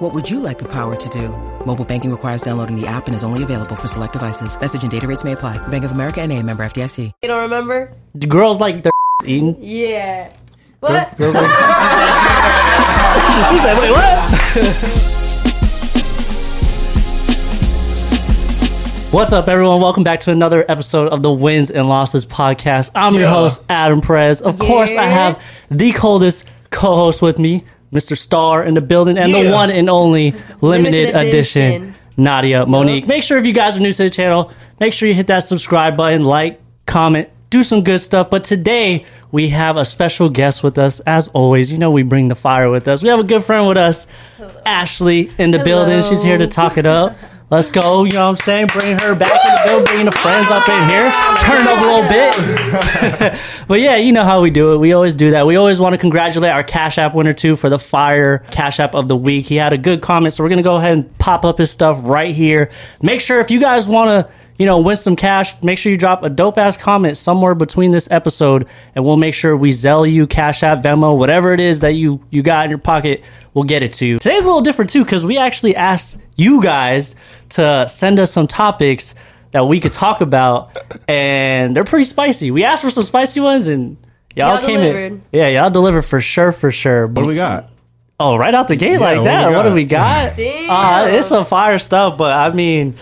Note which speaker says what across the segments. Speaker 1: What would you like the power to do? Mobile banking requires downloading the app and is only available for select devices. Message and data rates may apply. Bank of America and a member FDIC.
Speaker 2: You don't remember?
Speaker 3: Do girls like their eaten?
Speaker 2: Yeah. What?
Speaker 3: Girls like. He's like, wait, what? What's up, everyone? Welcome back to another episode of the Wins and Losses podcast. I'm your host, Adam Perez. Of course, I have the coldest co-host with me, Mr. Star in the building, and the
Speaker 4: Yeah.
Speaker 3: one and only limited,
Speaker 2: Limited
Speaker 3: edition.
Speaker 2: edition.
Speaker 3: Nadia, Monique. Make sure if you guys are new to the channel, make sure you hit that subscribe button, like, comment, do some good stuff. But today we have a special guest with us. As always, you know we bring the fire with us. We have a good friend with us, Ashley, in the building. She's here to talk it up. Let's go. You know what I'm saying? Bring her back in the building, bringing the friends up in here. Turn it up a little bit. but yeah, you know how we do it. We always do that. We always want to congratulate our Cash App winner too for the fire Cash App of the week. He had a good comment, so we're gonna go ahead and pop up his stuff right here. Make sure if you guys want to, you know, win some cash, make sure you drop a dope ass comment somewhere between this episode, and we'll make sure we zell you Cash App, Venmo, whatever it is that you you got in your pocket. We'll get it to you. Today's a little different too because we actually asked you guys to send us some topics that we could talk about, and they're pretty spicy. We asked for some spicy ones, and y'all,
Speaker 2: Y'all
Speaker 3: came
Speaker 2: delivered.
Speaker 3: in. Yeah, y'all delivered for sure, for sure.
Speaker 4: What do
Speaker 3: But
Speaker 4: we got?
Speaker 3: oh, right out the gate like
Speaker 4: what
Speaker 3: that.
Speaker 4: we
Speaker 3: What do
Speaker 4: got?
Speaker 3: we got?
Speaker 2: Damn.
Speaker 3: Uh, it's some fire stuff, but I mean,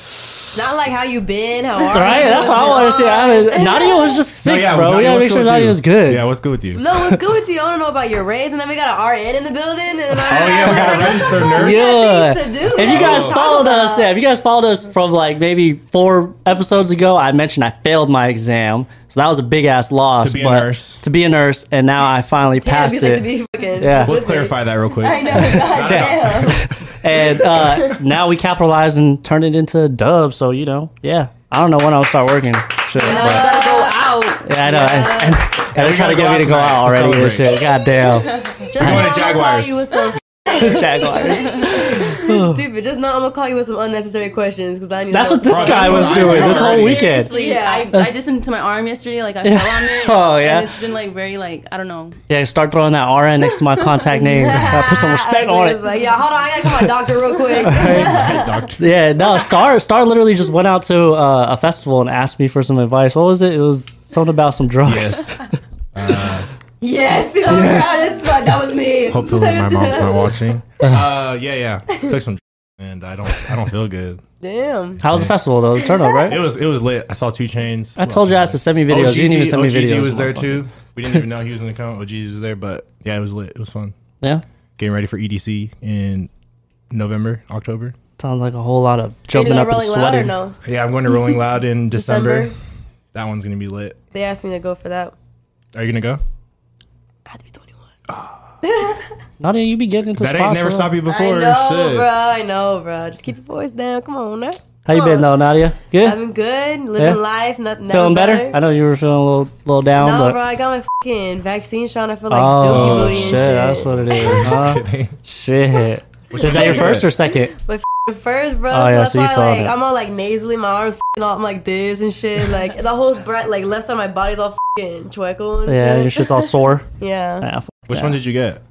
Speaker 2: Not like how you been, how are
Speaker 3: right?
Speaker 2: you?
Speaker 3: That's what I want to say. I mean, Nadia was just sick, bro. we
Speaker 4: Nadia,
Speaker 3: gotta
Speaker 4: what's
Speaker 3: make sure
Speaker 4: with
Speaker 3: Nadia
Speaker 4: you?
Speaker 3: was good.
Speaker 4: Yeah, what's good with you?
Speaker 2: No, what's good with you? I don't know about your raise, and then we got an RN in the building. And
Speaker 4: Oh yeah, we got a registered nurse.
Speaker 3: Yeah.
Speaker 2: things to do.
Speaker 3: If you
Speaker 2: That's
Speaker 3: guys
Speaker 2: what I'm
Speaker 3: followed
Speaker 2: talking
Speaker 3: us,
Speaker 2: about.
Speaker 3: yeah, if you guys followed us from like maybe four episodes ago, I mentioned I failed my exam, so that was a big ass loss.
Speaker 4: To be a
Speaker 3: but
Speaker 4: nurse.
Speaker 3: to be a nurse, and now I finally
Speaker 2: Damn,
Speaker 3: passed
Speaker 2: you like
Speaker 3: it.
Speaker 2: to be fucking
Speaker 3: Yeah.
Speaker 4: Let's
Speaker 2: specific.
Speaker 4: clarify that real quick.
Speaker 2: I know. God damn.
Speaker 3: and uh, now we capitalize and turn it into a dub. So you know, yeah, I don't know when I'll start working. Shit,
Speaker 2: No,
Speaker 3: but-
Speaker 2: gotta go out.
Speaker 3: yeah, I know. And, and, and they're
Speaker 4: we
Speaker 3: trying to get
Speaker 4: gotta go
Speaker 3: me
Speaker 4: out
Speaker 3: to go
Speaker 4: tonight
Speaker 3: out
Speaker 4: to
Speaker 3: already and
Speaker 4: celebrate.
Speaker 3: shit. God damn,
Speaker 2: Just know
Speaker 4: going to
Speaker 2: I'm gonna call
Speaker 4: Jaguars.
Speaker 2: you with some
Speaker 3: Jaguars.
Speaker 2: stupid. Just know I'm gonna call you with some unnecessary questions because I need.
Speaker 3: That's
Speaker 2: to
Speaker 3: what this
Speaker 4: Bro, that's
Speaker 3: guy
Speaker 4: what
Speaker 3: was
Speaker 4: I
Speaker 3: doing
Speaker 4: did
Speaker 3: this whole
Speaker 4: already.
Speaker 3: weekend.
Speaker 5: Seriously,
Speaker 2: Yeah.
Speaker 5: I, I just into my arm yesterday. Like I fell on it.
Speaker 3: Oh, yeah.
Speaker 5: And it's been like very like I don't know.
Speaker 3: Yeah, start throwing that RN next to my contact name. Uh, put some respect on it.
Speaker 2: Like, yeah, hold on, I gotta call my doctor real quick.
Speaker 4: Hey, doctor.
Speaker 3: Yeah, no, Star Star literally just went out to uh, a festival and asked me for some advice. What was it? It was something about some drugs.
Speaker 4: Yes.
Speaker 2: yes, oh, God, that's- that was me.
Speaker 6: Hopefully my mom's not watching.
Speaker 4: Uh, yeah, yeah. Took some, and I don't, I don't feel good.
Speaker 2: Damn.
Speaker 3: How was the festival though? Turn up,
Speaker 4: It
Speaker 3: right?
Speaker 4: was, it was lit. I saw two chains.
Speaker 3: I told you guys to send me videos. You didn't even send me videos.
Speaker 4: Oh, was there too. We didn't even know he was gonna come. OGZ Oh, was there, but yeah, it was lit. It was fun.
Speaker 3: Yeah.
Speaker 4: Getting ready for EDC in November, October.
Speaker 3: Sounds like a whole lot of
Speaker 2: Are you
Speaker 3: jumping
Speaker 2: gonna
Speaker 3: up and
Speaker 2: Rolling Loud or
Speaker 3: sweating.
Speaker 2: no?
Speaker 4: Yeah, I'm going to Rolling Loud in December.
Speaker 2: December.
Speaker 4: That one's gonna be lit.
Speaker 2: They asked me to go for that.
Speaker 4: Are you gonna go?
Speaker 2: I had to be 21.
Speaker 3: Nadia, you be getting into
Speaker 4: That
Speaker 3: spots,
Speaker 4: ain't never
Speaker 3: bro.
Speaker 4: stopped you
Speaker 2: I
Speaker 4: before.
Speaker 2: know,
Speaker 4: Shit.
Speaker 2: bro. I know, bro. Just keep your voice down. Come on, now.
Speaker 3: How you been though, Nadia? Good.
Speaker 2: I've been good, living
Speaker 3: Yeah?
Speaker 2: life, nothing. never
Speaker 3: feeling better? I know you were feeling a little, little down,
Speaker 2: No,
Speaker 3: but
Speaker 2: bro. I got my fucking vaccine shot. I feel like
Speaker 3: oh
Speaker 2: dookie booty and
Speaker 3: shit,
Speaker 2: shit.
Speaker 3: that's what it is. huh? shit. Is that your first or second?
Speaker 2: The first, bro.
Speaker 3: Oh,
Speaker 2: so
Speaker 3: yeah,
Speaker 2: that's
Speaker 3: so you
Speaker 2: why,
Speaker 3: felt
Speaker 2: like,
Speaker 3: it.
Speaker 2: I'm all like nasally. My arms fucking all, I'm like this and shit. Like the whole breath, like left side of my body's all fucking tweckle and
Speaker 3: Yeah, your
Speaker 2: shit.
Speaker 3: shit's all sore.
Speaker 2: Yeah,
Speaker 3: Nah, fuck
Speaker 4: Which
Speaker 3: that.
Speaker 4: one did you get?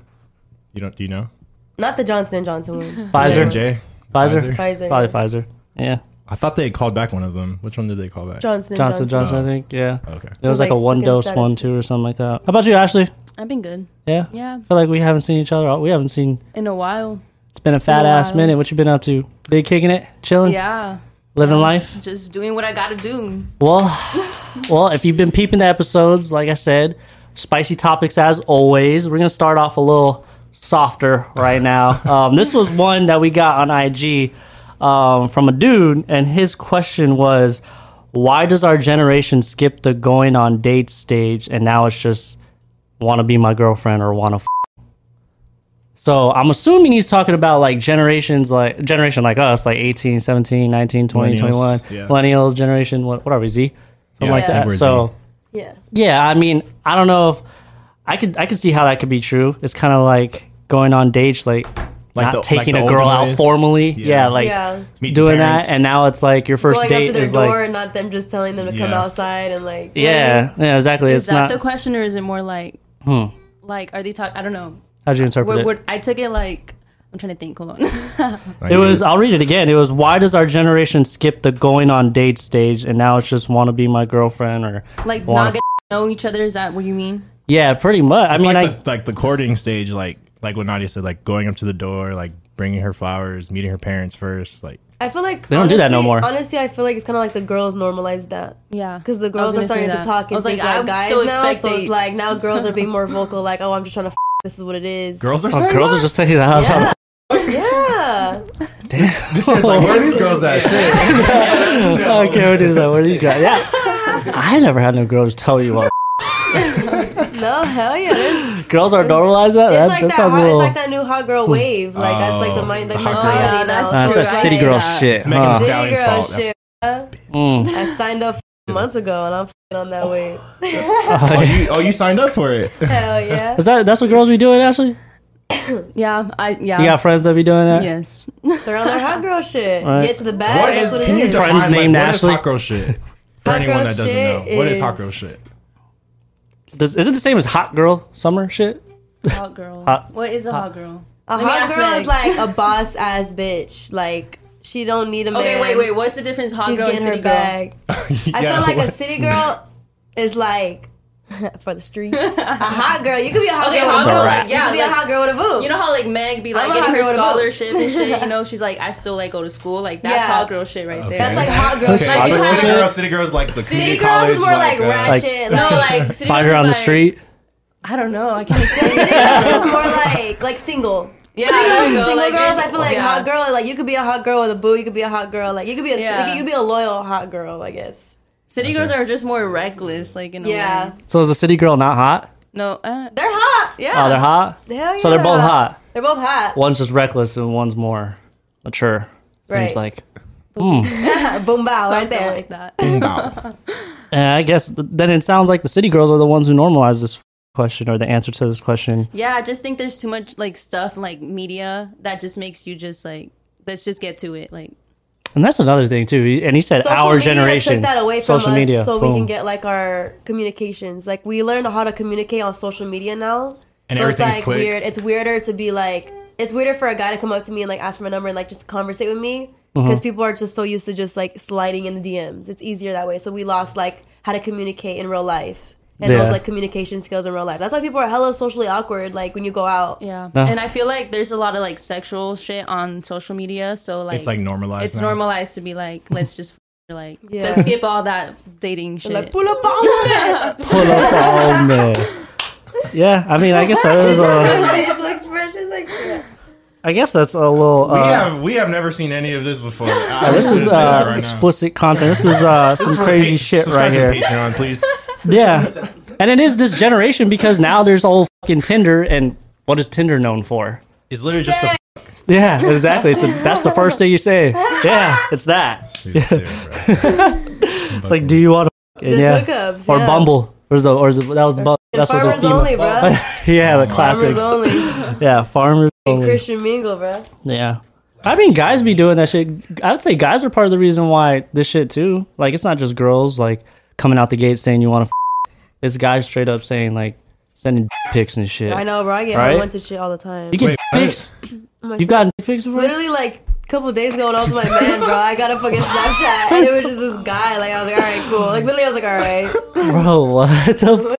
Speaker 4: You don't? Do you know?
Speaker 2: not the Johnson and Johnson one.
Speaker 3: Pfizer?
Speaker 4: J.
Speaker 3: Pfizer?
Speaker 2: Pfizer.
Speaker 3: Probably Pfizer. Yeah.
Speaker 4: I thought they had called back one of them. Which one did they call back? Oh,
Speaker 2: Johnson and
Speaker 3: Johnson
Speaker 2: Johnson.
Speaker 3: Johnson, I think. Yeah.
Speaker 4: Okay.
Speaker 3: It was like,
Speaker 2: like
Speaker 3: a one
Speaker 2: fucking
Speaker 3: dose
Speaker 2: status.
Speaker 3: one two or something like that. How about you, Ashley?
Speaker 5: I've been good
Speaker 3: Yeah.
Speaker 5: Yeah.
Speaker 3: feel like we haven't seen each other. We haven't seen.
Speaker 5: in a while.
Speaker 3: It's been a fat
Speaker 5: a
Speaker 3: ass
Speaker 5: while.
Speaker 3: minute. What you been up to? Big kicking it, chilling,
Speaker 5: Yeah.
Speaker 3: living life.
Speaker 5: Just doing what I gotta do.
Speaker 3: Well, well, if you've been peeping the episodes, like I said, spicy topics as always. We're gonna start off a little softer right now. Um, this was one that we got on IG um, from a dude, and his question was, "Why does our generation skip the going on date stage, and now it's just want to be my girlfriend or want to?" F-? So I'm assuming he's talking about like generations, like generation like us, like 18, 17, 19, 20,
Speaker 4: Millennials,
Speaker 3: 21,
Speaker 4: yeah.
Speaker 3: millennials generation. What what are we Z? Something
Speaker 4: Yeah,
Speaker 3: like
Speaker 4: I think
Speaker 3: that.
Speaker 4: we're
Speaker 3: So
Speaker 2: Yeah.
Speaker 3: Yeah, I mean, I don't know if I could. I could see how that could be true. It's kind of like going on dates, like, not
Speaker 4: the- like
Speaker 3: taking
Speaker 4: the
Speaker 3: a girl
Speaker 4: olden
Speaker 3: out
Speaker 4: days?
Speaker 3: formally. Yeah,
Speaker 4: Yeah.
Speaker 3: like
Speaker 2: yeah.
Speaker 4: Meet the
Speaker 3: doing
Speaker 4: parents.
Speaker 3: that, and now it's like your first
Speaker 2: Going up
Speaker 3: date
Speaker 2: to their
Speaker 3: is
Speaker 2: door
Speaker 3: like
Speaker 2: and not them just telling them to come
Speaker 4: Yeah.
Speaker 2: outside and like.
Speaker 3: yeah, yeah, exactly.
Speaker 5: Is
Speaker 3: it's
Speaker 5: that
Speaker 3: not
Speaker 5: the question, or is it more like, like, are they talking? I don't know.
Speaker 3: how do you interpret
Speaker 5: What,
Speaker 3: it.
Speaker 5: what, I took it like, I'm trying to think. Hold on.
Speaker 4: Like,
Speaker 3: It was. uh, I'll read it again. It was. Why does our generation skip the going on date stage, and now it's just want to be my girlfriend or
Speaker 5: like,
Speaker 3: wanna
Speaker 5: not
Speaker 3: f-
Speaker 5: get know each other. Is that what you mean?
Speaker 3: yeah, pretty much. I
Speaker 4: It's
Speaker 3: mean,
Speaker 4: like,
Speaker 3: I
Speaker 4: the, like the courting stage, like like what Nadia said, like going up to the door, like bringing her flowers, meeting her parents first, like
Speaker 2: I feel like
Speaker 3: They don't do that no
Speaker 2: honestly-
Speaker 3: more.
Speaker 2: Honestly, I feel like it's kind of like the girls normalized that.
Speaker 5: Yeah,
Speaker 2: Because the
Speaker 5: I was
Speaker 2: girls are
Speaker 5: gonna say
Speaker 2: starting to
Speaker 5: that.
Speaker 2: talk
Speaker 5: I
Speaker 2: and
Speaker 5: was like,
Speaker 2: think like,
Speaker 5: I
Speaker 2: guys
Speaker 5: still
Speaker 2: now,
Speaker 5: expect
Speaker 2: so it's
Speaker 5: dates.
Speaker 2: like now girls are being more vocal, like, "Oh, I'm just trying to. F- this is what it is."
Speaker 4: girls are.
Speaker 3: oh, girls are just saying that.
Speaker 2: Yeah.
Speaker 6: It's like, where are these girls at? Shit.
Speaker 3: Oh, okay, what is that? What are these guys? Yeah, I never had no girls tell you what.
Speaker 2: No, hell yeah. There's
Speaker 3: Girls are normalized that.
Speaker 2: It's
Speaker 3: That,
Speaker 2: like
Speaker 3: that
Speaker 2: that.
Speaker 3: sounds a
Speaker 2: hot,
Speaker 3: little. Hmm.
Speaker 2: It's like that new hot girl wave. Like that's like the mind, the
Speaker 4: hot girl.
Speaker 2: mentality now.
Speaker 5: Oh, that's
Speaker 3: Uh, that's
Speaker 5: that- true.
Speaker 3: that
Speaker 5: Right.
Speaker 3: city girl
Speaker 5: Yeah.
Speaker 3: shit.
Speaker 4: It's making
Speaker 3: huh?
Speaker 4: it
Speaker 2: City
Speaker 4: Sally's
Speaker 2: girl
Speaker 4: fault.
Speaker 2: shit.
Speaker 3: Mm.
Speaker 2: I signed up months ago, and I'm f***ing on that wave.
Speaker 4: Oh you, oh, you signed up for it.
Speaker 2: Hell yeah.
Speaker 3: Is that that's what girls be doing? Actually, you
Speaker 5: Yeah, I yeah.
Speaker 2: Um,
Speaker 3: got friends that be doing that.
Speaker 5: Yes.
Speaker 2: They're on their hot girl shit.
Speaker 3: Right.
Speaker 2: Get to the bag.
Speaker 4: What
Speaker 2: that's
Speaker 4: is?
Speaker 2: what it
Speaker 4: Can you
Speaker 2: is.
Speaker 4: define
Speaker 3: Friends
Speaker 4: like,
Speaker 3: named
Speaker 4: what is
Speaker 3: Ashley?
Speaker 4: hot girl shit? For
Speaker 2: Hot
Speaker 4: anyone
Speaker 2: girl
Speaker 4: that doesn't know,
Speaker 2: shit
Speaker 4: what is hot
Speaker 2: is-
Speaker 4: girl shit?
Speaker 3: Does, is it the same as hot girl summer shit?
Speaker 5: Hot girl.
Speaker 3: Hot-
Speaker 5: What is a hot girl?
Speaker 2: A
Speaker 5: Let me
Speaker 2: hot
Speaker 5: ask
Speaker 2: girl is
Speaker 5: Meg.
Speaker 2: like a boss ass bitch. Like she don't need a man.
Speaker 5: Okay, wait, wait. What's the difference? Hot
Speaker 2: She's
Speaker 5: girl and
Speaker 2: getting
Speaker 5: city
Speaker 2: her
Speaker 5: girl.
Speaker 2: bag. I
Speaker 4: Yeah,
Speaker 2: feel like a
Speaker 4: what-
Speaker 2: city girl is like for the street. a hot girl. You could be a hot
Speaker 5: Okay,
Speaker 2: girl. with
Speaker 5: hot
Speaker 2: a
Speaker 5: girl,
Speaker 2: boob.
Speaker 5: like,
Speaker 2: you
Speaker 5: yeah,
Speaker 2: could be a
Speaker 5: like-
Speaker 2: hot girl with a boob.
Speaker 5: You know how like Meg be
Speaker 2: I'm
Speaker 5: like
Speaker 2: a hot
Speaker 5: getting her
Speaker 2: girl with a boot.
Speaker 5: scholarship and shit. You know, she's like, I still like go to school. Like that's
Speaker 2: Yeah.
Speaker 5: hot girl shit right there.
Speaker 2: that's like hot girl. shit.
Speaker 5: Like,
Speaker 4: Hot
Speaker 5: you
Speaker 4: girl
Speaker 5: have
Speaker 4: shit?
Speaker 5: like-
Speaker 4: girl, city girls like the
Speaker 2: City
Speaker 4: community
Speaker 2: girls is
Speaker 4: college,
Speaker 2: more like,
Speaker 4: uh,
Speaker 2: ratchet. Like,
Speaker 5: no, like city
Speaker 3: Find her
Speaker 5: girls is
Speaker 3: on the
Speaker 5: like-
Speaker 3: street.
Speaker 5: I don't know. I can't explain. it.
Speaker 2: it's more like like single.
Speaker 5: yeah, there you go.
Speaker 2: Single
Speaker 5: Like,
Speaker 2: girls, I
Speaker 5: it's-
Speaker 2: feel like
Speaker 5: yeah.
Speaker 2: hot girl. Like you could be a hot girl with a boo. You could be a hot girl. Like you could be a
Speaker 5: Yeah.
Speaker 2: like, you could be a loyal hot girl. I guess.
Speaker 5: City girls are just more reckless. Like in a
Speaker 2: Yeah,
Speaker 5: way.
Speaker 3: So is the city girl not hot?
Speaker 5: No. Uh,
Speaker 2: they're hot.
Speaker 5: yeah.
Speaker 3: Oh, they're hot.
Speaker 2: Hell yeah.
Speaker 3: So they're both hot.
Speaker 2: They're both hot.
Speaker 3: One's just reckless and one's more mature.
Speaker 2: Right.
Speaker 3: Seems like.
Speaker 2: Boom bow right
Speaker 5: Something
Speaker 2: there.
Speaker 5: like that.
Speaker 4: Wow.
Speaker 3: And I guess then it sounds like the city girls are the ones who normalize this question or the answer to this question.
Speaker 5: Yeah, I just think there's too much like stuff and, like media that just makes you just like let's just get to it. Like
Speaker 3: And that's another thing too. He- And he said
Speaker 2: Social
Speaker 3: our
Speaker 2: media
Speaker 3: generation.
Speaker 2: took that away from
Speaker 3: social
Speaker 2: us
Speaker 3: media.
Speaker 2: so we
Speaker 3: boom.
Speaker 2: can get like our communications. Like we learned how to communicate on social media now.
Speaker 4: And
Speaker 2: so it's
Speaker 4: everything's
Speaker 2: like
Speaker 4: quick.
Speaker 2: weird. It's weirder to be like it's weirder for a guy to come up to me and like ask for my number and like just conversate with me
Speaker 3: Mm-hmm.
Speaker 2: because people are just so used to just like sliding in the DMs. It's easier that way. So we lost like how to communicate in real life. And
Speaker 3: Yeah.
Speaker 2: those like communication skills in real life. That's why people are hella socially awkward. Like when you go out,
Speaker 5: yeah,
Speaker 3: No.
Speaker 5: and I feel like there's a lot of like sexual shit on social media. So like
Speaker 4: It's like normalized.
Speaker 5: it's
Speaker 4: now.
Speaker 5: normalized to be like let's just like
Speaker 2: Yeah.
Speaker 5: let's skip all that dating shit.
Speaker 2: like pull up on it.
Speaker 3: Pull up on me. Yeah, I mean, I guess that is a.
Speaker 2: facial expressions like yeah.
Speaker 3: I guess that's a little.
Speaker 4: We
Speaker 3: Uh,
Speaker 4: have we have never seen any of this before. I
Speaker 3: this
Speaker 4: was
Speaker 3: is
Speaker 4: gonna say that
Speaker 3: uh,
Speaker 4: right now.
Speaker 3: explicit content. This is uh, some
Speaker 4: This is for
Speaker 3: crazy
Speaker 4: pa-
Speaker 3: shit right
Speaker 4: subscribe
Speaker 3: here.
Speaker 4: To Patreon, please.
Speaker 3: Yeah. And it is this generation because now there's old fucking Tinder and what is Tinder known for?
Speaker 4: It's literally just a.
Speaker 3: Yeah, exactly. It's that's the first thing you say. Yeah, it's that.
Speaker 4: it's
Speaker 3: It's like, do you want to?
Speaker 2: Just
Speaker 3: yeah.
Speaker 2: hookups.
Speaker 3: Or
Speaker 2: yeah.
Speaker 3: Bumble. Where's the or is it, that was Bumble. That's what the
Speaker 2: Farmers
Speaker 3: female.
Speaker 2: only, bro.
Speaker 3: yeah, the
Speaker 2: Farmers
Speaker 3: classics.
Speaker 2: only.
Speaker 3: Yeah, farmers only.
Speaker 2: Christian Mingle, bro.
Speaker 3: Yeah. I mean, guys be doing that shit. I would say guys are part of the reason why this shit too. Like, it's not just girls like coming out the gate saying you want to. F-. It's guys straight up saying like sending pics and shit.
Speaker 2: I know, bro. I get
Speaker 3: Right?
Speaker 2: right? wanted shit all the time.
Speaker 3: You get
Speaker 4: Wait, what?
Speaker 3: pics. You've gotten pics before.
Speaker 2: Literally, like a couple days ago, when I was with my man, bro, I got a fucking Snapchat, and it was just this guy. Like I was like, all right, cool. Like literally, I was like, all right.
Speaker 3: Bro, what the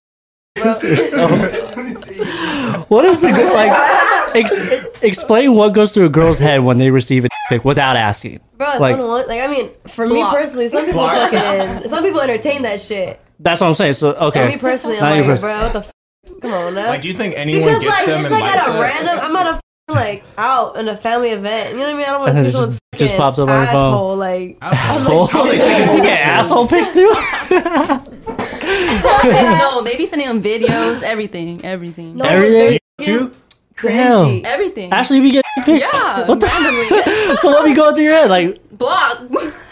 Speaker 3: f- is so- What is the good like? Ex- explain what goes through a girl's head when they receive a dick without asking.
Speaker 2: Bro, it's
Speaker 3: Like-
Speaker 2: unwanted. Like I mean, for me
Speaker 5: Block.
Speaker 2: personally, some people fucking, some people entertain that shit.
Speaker 3: That's what I'm saying. So
Speaker 2: For me
Speaker 3: okay,
Speaker 2: personally,
Speaker 3: Not
Speaker 2: I'm
Speaker 3: you
Speaker 2: like,
Speaker 3: first.
Speaker 2: bro, what the f- come on, now.
Speaker 4: Like, do you think anyone
Speaker 2: because
Speaker 4: gets
Speaker 2: like
Speaker 4: them
Speaker 2: it's
Speaker 4: and
Speaker 2: like
Speaker 4: likes
Speaker 2: at a
Speaker 4: that?
Speaker 2: random, I'm at a f- like out in a family event. You know what I mean? I don't want
Speaker 3: And
Speaker 2: to
Speaker 3: then
Speaker 2: see
Speaker 3: it
Speaker 2: someone's
Speaker 3: just- just
Speaker 2: fucking
Speaker 3: pops up on your phone.
Speaker 2: asshole. Like
Speaker 4: How they taking
Speaker 3: you get
Speaker 4: pictures?
Speaker 3: asshole pics too.
Speaker 5: no, they be sending them videos, everything, everything.
Speaker 2: no,
Speaker 3: Everything?
Speaker 2: they're
Speaker 4: You?
Speaker 2: fucking crazy.
Speaker 5: Everything.
Speaker 3: Ashley, we get pics.
Speaker 5: yeah.
Speaker 3: What the?
Speaker 5: randomly.
Speaker 3: So let me go through your head. Like
Speaker 5: block.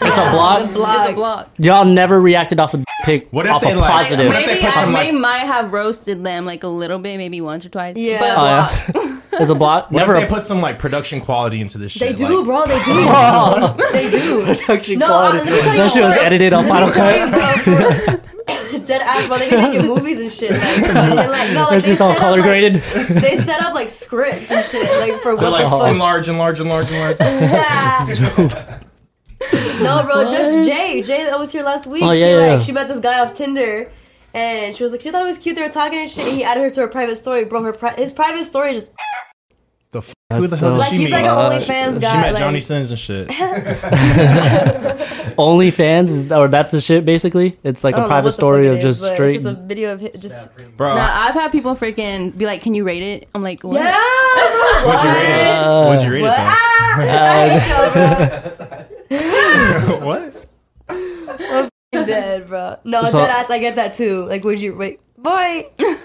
Speaker 3: it's a blog.
Speaker 5: It's a block.
Speaker 3: Y'all never reacted off a pic.
Speaker 4: What if
Speaker 3: off
Speaker 4: they,
Speaker 3: a
Speaker 4: like-
Speaker 3: positive?
Speaker 4: What if they
Speaker 5: Maybe
Speaker 4: put
Speaker 5: I
Speaker 4: some,
Speaker 5: may,
Speaker 4: like-
Speaker 5: might have roasted them like a little bit, maybe once or twice.
Speaker 2: Yeah.
Speaker 5: But
Speaker 2: Oh,
Speaker 5: block.
Speaker 3: It's a blog.
Speaker 4: What
Speaker 3: never
Speaker 4: if
Speaker 3: a
Speaker 4: they put some like production quality into this
Speaker 2: They
Speaker 4: shit?
Speaker 2: do,
Speaker 4: like-
Speaker 2: bro. They do. they do.
Speaker 3: production
Speaker 2: No,
Speaker 3: quality.
Speaker 2: uh, let me tell you
Speaker 3: That shit was
Speaker 2: what.
Speaker 3: edited on Final Cut.
Speaker 2: Dead ass, bro. They be making movies and shit. Like, and, like, no, like
Speaker 3: That
Speaker 2: they
Speaker 3: shit's all
Speaker 2: set
Speaker 3: color
Speaker 2: up, like,
Speaker 3: graded.
Speaker 2: They set up like scripts and shit, like for
Speaker 4: They're
Speaker 2: what
Speaker 4: like
Speaker 2: the fuck.
Speaker 4: enlarge, enlarge, enlarge, enlarge.
Speaker 2: Yeah. no, bro, just Jay. Jay that was here last week.
Speaker 3: Oh, yeah,
Speaker 2: she
Speaker 3: yeah.
Speaker 2: like she met this guy off Tinder. And she was like, she thought it was cute. They were talking and shit. And he added her to her private story, bro. Her pri- his private story is just
Speaker 4: the f- who the hell
Speaker 3: What
Speaker 4: does
Speaker 2: like
Speaker 4: she
Speaker 2: he's
Speaker 4: meet?
Speaker 2: like an OnlyFans
Speaker 4: she
Speaker 2: guy.
Speaker 4: met
Speaker 2: like,
Speaker 4: Johnny Sins and shit.
Speaker 3: OnlyFans, is- or that's the shit. Basically, it's like
Speaker 2: I don't
Speaker 3: a
Speaker 2: know
Speaker 3: private
Speaker 2: what the
Speaker 3: story
Speaker 2: fuck
Speaker 3: of
Speaker 2: it is,
Speaker 3: just
Speaker 2: but
Speaker 3: straight.
Speaker 2: It's just a video of him. Just
Speaker 4: Bro,
Speaker 5: Nah, I've had people freaking be like, "Can you rate it?" I'm like, "What?"
Speaker 2: yeah.
Speaker 4: what'd you read it? what'd you read
Speaker 2: What? Ah, I hate
Speaker 4: it
Speaker 2: Ah!
Speaker 4: though? what?
Speaker 2: you, bro. Dead, bro. No,
Speaker 3: So-
Speaker 2: dead ass. I get that too. Like, would you wait, boy?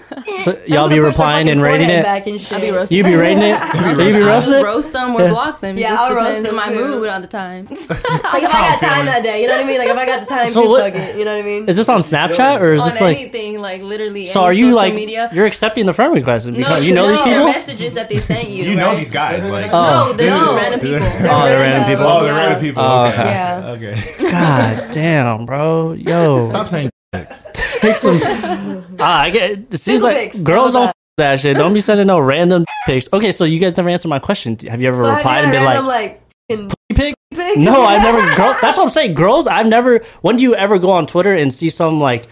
Speaker 3: So y'all be replying and rating it.
Speaker 2: Back and shit.
Speaker 5: I'll be roasting.
Speaker 3: You be rating it.
Speaker 5: I'll
Speaker 3: you
Speaker 5: just,
Speaker 3: be
Speaker 5: I'll
Speaker 3: roasting
Speaker 5: just
Speaker 3: it.
Speaker 5: roast them or block them. It
Speaker 2: Yeah,
Speaker 5: just
Speaker 2: I'll roast
Speaker 5: depends on
Speaker 2: them
Speaker 5: my
Speaker 2: too.
Speaker 5: mood all the time.
Speaker 2: Like if I got time
Speaker 4: feeling.
Speaker 2: that day, you know what I mean? Like if I got the time
Speaker 3: So
Speaker 2: to
Speaker 3: what-
Speaker 2: fuck it, you know what I mean?
Speaker 3: Is this on Snapchat or is
Speaker 5: on
Speaker 3: this like?
Speaker 5: anything, like literally.
Speaker 3: So
Speaker 5: any
Speaker 3: are you
Speaker 5: social
Speaker 3: like
Speaker 5: media?
Speaker 3: you're accepting the friend requests because
Speaker 5: no,
Speaker 3: you know these
Speaker 5: no, they're
Speaker 3: people?
Speaker 5: messages that they sent you.
Speaker 4: You
Speaker 5: right?
Speaker 4: know these guys, like
Speaker 5: No, they're
Speaker 4: Dude.
Speaker 5: just random people.
Speaker 3: Oh, they're random people.
Speaker 4: oh, they're
Speaker 2: Yeah.
Speaker 4: random people.
Speaker 3: Oh,
Speaker 4: okay.
Speaker 2: Yeah.
Speaker 4: Okay.
Speaker 3: God damn, bro, yo,
Speaker 4: Stop saying dicks.
Speaker 3: pick some. Ah, I get. It seems
Speaker 2: Single
Speaker 3: like
Speaker 2: pics,
Speaker 3: girls
Speaker 2: how
Speaker 3: don't
Speaker 2: about
Speaker 3: f- that shit. Don't be sending no random pics. Okay, so you guys never answered my question. Have you ever
Speaker 2: So have you
Speaker 3: replied and
Speaker 2: ever
Speaker 3: been
Speaker 2: random,
Speaker 3: like,
Speaker 2: like, fucking
Speaker 3: "Pic
Speaker 2: pics?
Speaker 3: No, I've never. Girl, that's what I'm saying. Girls, I've never. When do you ever go on Twitter and see some like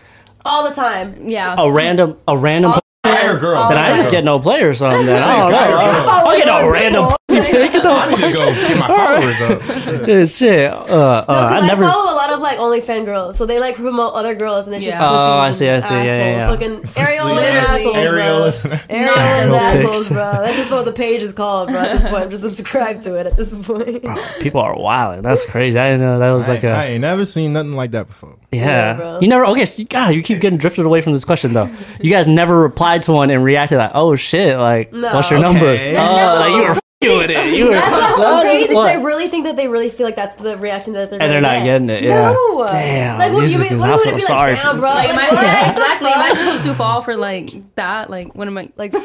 Speaker 2: all the time.
Speaker 5: Yeah.
Speaker 3: a random a random? p-
Speaker 4: Guy or girl?
Speaker 2: All
Speaker 3: then I
Speaker 2: the
Speaker 3: just
Speaker 2: time.
Speaker 3: get no play or something. Then I don't know.
Speaker 4: Guy or
Speaker 3: I
Speaker 4: girl?
Speaker 3: don't- I get no random pussy pic. Get
Speaker 4: I
Speaker 3: the
Speaker 4: need to go get my followers up. Shit.
Speaker 3: fuck- Shit. Uh, uh,
Speaker 2: Because
Speaker 3: I
Speaker 2: I,
Speaker 3: never.
Speaker 2: follow a lot of like OnlyFans girls, so they like promote other girls and they just
Speaker 5: Yeah.
Speaker 3: Oh, I see, I see, yeah,
Speaker 2: assholes.
Speaker 3: yeah, yeah.
Speaker 2: Fucking Ariel and
Speaker 5: Literally.
Speaker 2: assholes,
Speaker 4: Ariel
Speaker 2: bro.
Speaker 4: is
Speaker 2: Ariel and
Speaker 5: Nonsense
Speaker 2: assholes, bro. That's just what the page is called, bro. At this point, I'm just subscribed to it. At this point,
Speaker 3: People are wild. That's crazy. I didn't know that was
Speaker 4: I,
Speaker 3: like
Speaker 4: ain't- I
Speaker 3: a.
Speaker 4: ain't never seen nothing like that before.
Speaker 3: Yeah.
Speaker 2: bro.
Speaker 3: you never. Okay. So, God, you keep getting drifted away from this question though. You guys never replied to one and reacted like, "Oh shit!" Like,
Speaker 2: No.
Speaker 3: what's your number?
Speaker 4: Okay.
Speaker 3: Oh, like you were f***ing with it. You were.
Speaker 2: that's what's so
Speaker 3: What?
Speaker 2: crazy. 'cause
Speaker 3: What?
Speaker 2: I really think that they really feel like that's the reaction that they're
Speaker 3: and they're
Speaker 2: gonna
Speaker 3: not
Speaker 2: get.
Speaker 3: getting it. Yeah.
Speaker 2: No.
Speaker 3: Damn.
Speaker 2: Like, what
Speaker 3: these
Speaker 2: you mean?
Speaker 3: niggas,
Speaker 2: What
Speaker 3: I
Speaker 2: would
Speaker 3: feel
Speaker 2: it be
Speaker 3: sorry
Speaker 2: like,
Speaker 3: for
Speaker 2: damn,
Speaker 3: you.
Speaker 2: bro?
Speaker 5: Like, am I,
Speaker 2: What?
Speaker 5: yeah, exactly. Am I supposed to fall for like that? Like, what am I?
Speaker 2: Like, bro,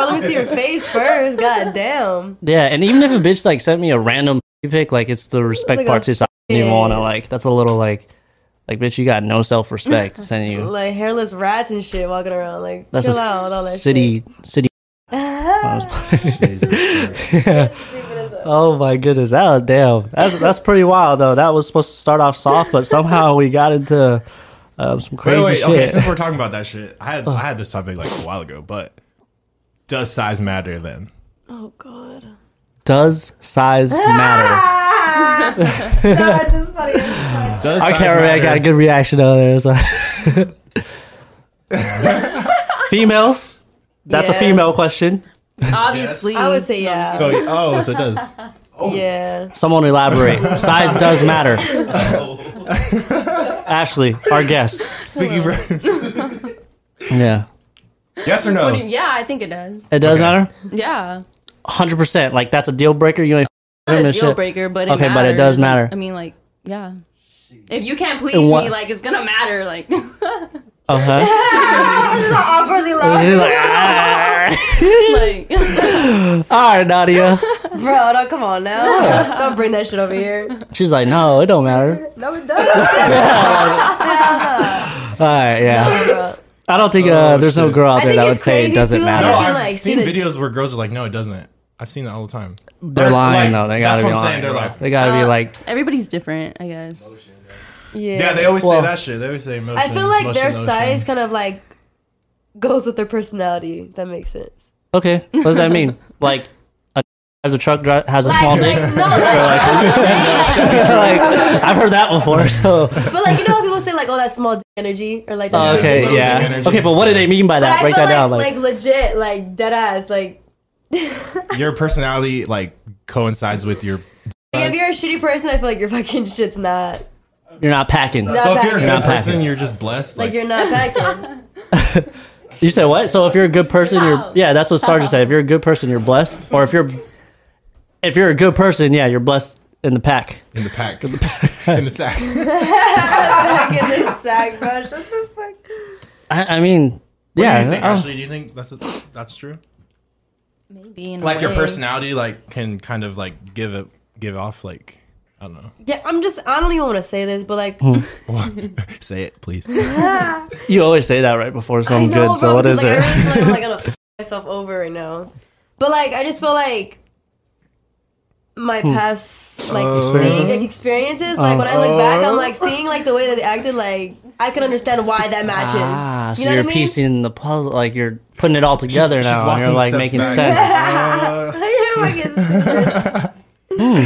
Speaker 2: let me see your face first. God damn.
Speaker 3: Yeah, and even if a bitch like sent me a random pic, like it's the respect
Speaker 2: like
Speaker 3: part
Speaker 2: a-
Speaker 3: too. So I don't even
Speaker 2: yeah.
Speaker 3: want to like. That's a little like, like bitch, you got no self respect sending you.
Speaker 2: Like hairless rats and shit walking around. Like
Speaker 3: That's
Speaker 2: chill
Speaker 3: a
Speaker 2: out with all that
Speaker 3: city city. oh my goodness, that was damn. That's that's pretty wild though. That was supposed to start off soft, but somehow we got into um, some
Speaker 4: Wait,
Speaker 3: crazy
Speaker 4: wait,
Speaker 3: shit.
Speaker 4: okay. Since we're talking about that shit, I had I had this topic like a while ago, but does size matter then?
Speaker 2: shit. Oh god.
Speaker 3: Does
Speaker 2: Ah!
Speaker 3: size matter?
Speaker 2: That's just funny. That's
Speaker 4: Does
Speaker 3: Our
Speaker 4: size
Speaker 3: cameraman got a
Speaker 4: matter?
Speaker 3: good reaction over there. So. Females. That's a
Speaker 2: Yeah.
Speaker 3: female question.
Speaker 5: Obviously,
Speaker 2: I would say yeah.
Speaker 4: So oh, so it does.
Speaker 2: yeah.
Speaker 3: Someone elaborate. Size does matter. Ashley, our guest.
Speaker 4: Speaking for
Speaker 3: Yeah.
Speaker 4: yes or
Speaker 5: What do you-
Speaker 4: no?
Speaker 5: yeah, I think it does.
Speaker 3: It does
Speaker 4: Okay.
Speaker 3: matter?
Speaker 5: Yeah,
Speaker 3: Hundred percent. Like that's a deal breaker. You ain't
Speaker 5: not
Speaker 3: him
Speaker 5: a
Speaker 3: and
Speaker 5: deal
Speaker 3: shit.
Speaker 5: breaker, but it
Speaker 3: Okay,
Speaker 5: matters.
Speaker 3: but it does matter.
Speaker 5: I mean, like, yeah. If you can't please
Speaker 3: And what-
Speaker 5: me, like, it's gonna matter. Like,
Speaker 3: Uh-huh.
Speaker 2: Awkwardly loud.
Speaker 3: She's like, "Ah."
Speaker 5: like,
Speaker 3: all right, Nadia.
Speaker 2: Bro, no, come on now. Don't bring that shit over here.
Speaker 3: She's like, no, it don't matter.
Speaker 2: No, it doesn't.
Speaker 3: All right, yeah.
Speaker 2: Bro.
Speaker 3: I don't think uh,
Speaker 4: Oh,
Speaker 3: there's no
Speaker 4: shit.
Speaker 3: girl
Speaker 2: I
Speaker 3: out there
Speaker 2: think
Speaker 3: that
Speaker 2: it's
Speaker 3: would say it
Speaker 2: crazy,
Speaker 3: doesn't
Speaker 2: too,
Speaker 4: No,
Speaker 3: matter.
Speaker 2: like-
Speaker 4: I've
Speaker 2: like, see
Speaker 4: seen
Speaker 2: the-
Speaker 4: videos where girls are like, no, it doesn't. I've seen that all the time.
Speaker 3: They're lying
Speaker 4: like,
Speaker 3: though. They
Speaker 4: that's
Speaker 3: gotta be
Speaker 4: what I'm saying,
Speaker 3: lying.
Speaker 4: they're
Speaker 3: bro.
Speaker 4: like-
Speaker 3: they gotta be
Speaker 5: Uh,
Speaker 3: like,
Speaker 5: everybody's different, I guess.
Speaker 2: Yeah.
Speaker 4: Yeah, they always
Speaker 3: Well-
Speaker 4: say that shit. They always say emotion.
Speaker 2: I feel like
Speaker 4: emotion,
Speaker 2: their
Speaker 4: emotion.
Speaker 2: size kind of like goes with their personality. if That makes sense.
Speaker 3: okay, what does that mean? Like, a has a truck driver has a
Speaker 2: Like,
Speaker 3: small dick.
Speaker 2: like no, like,
Speaker 3: like, I've heard that before. So
Speaker 2: but like you know how people say like, oh, that's small dick energy or like.
Speaker 3: Oh,
Speaker 2: that's big
Speaker 3: okay,
Speaker 2: dick energy?
Speaker 3: yeah.
Speaker 4: energy.
Speaker 3: Okay, but what do they mean by
Speaker 2: But
Speaker 3: that?
Speaker 2: I
Speaker 3: Break
Speaker 2: feel
Speaker 3: that
Speaker 2: like,
Speaker 3: down.
Speaker 2: like
Speaker 3: Like,
Speaker 2: legit, like dead ass, like.
Speaker 4: Your personality like coincides with your.
Speaker 3: Uh,
Speaker 2: If you're a shitty person, I feel like your fucking shit's not like,
Speaker 3: you're not packing.
Speaker 2: No.
Speaker 4: So if you're
Speaker 2: You're
Speaker 4: a good
Speaker 3: not
Speaker 4: person,
Speaker 3: packing.
Speaker 4: you're just blessed. Like,
Speaker 2: you're not packing.
Speaker 3: You said what? So if you're a good person, you're
Speaker 5: Wow.
Speaker 3: yeah. That's what Star just said. If you're a good person, you're blessed. Or if you're if you're a good person, yeah, you're blessed in the pack.
Speaker 6: in the pack, in the sack.
Speaker 2: Get this sack, bro. Shut the fuck.
Speaker 3: I, I mean, yeah. Oh.
Speaker 4: do you think,
Speaker 3: I-
Speaker 4: Ashley? Do you think that's a, that's true?
Speaker 5: Maybe in a
Speaker 4: Like your
Speaker 5: way.
Speaker 4: personality, like can kind of like give it give off like I don't know.
Speaker 2: Yeah, I'm just. I don't even want to say this, but like,
Speaker 3: Hmm.
Speaker 4: Say it, please.
Speaker 3: you always say that right before
Speaker 2: I
Speaker 3: something
Speaker 2: know,
Speaker 3: good.
Speaker 2: bro,
Speaker 3: So what is
Speaker 2: because, like,
Speaker 3: it?
Speaker 2: I really feel like I'm like gonna f- myself over right now, but like, I just feel like my
Speaker 3: Hmm.
Speaker 2: past like
Speaker 3: Experiences?
Speaker 2: big experiences, like when I look back, I'm like
Speaker 3: Uh-huh.
Speaker 2: seeing like the way that they acted. Like I can understand why that matches.
Speaker 3: Ah, so
Speaker 2: you know
Speaker 3: you are
Speaker 2: what I mean?
Speaker 3: piecing the puzzle, like you're putting it all together
Speaker 6: she's
Speaker 3: now, and you're
Speaker 6: walking
Speaker 3: like
Speaker 6: steps
Speaker 3: making
Speaker 6: back.
Speaker 3: sense.
Speaker 2: I am, like, it's stupid.
Speaker 4: Uh,
Speaker 3: wow.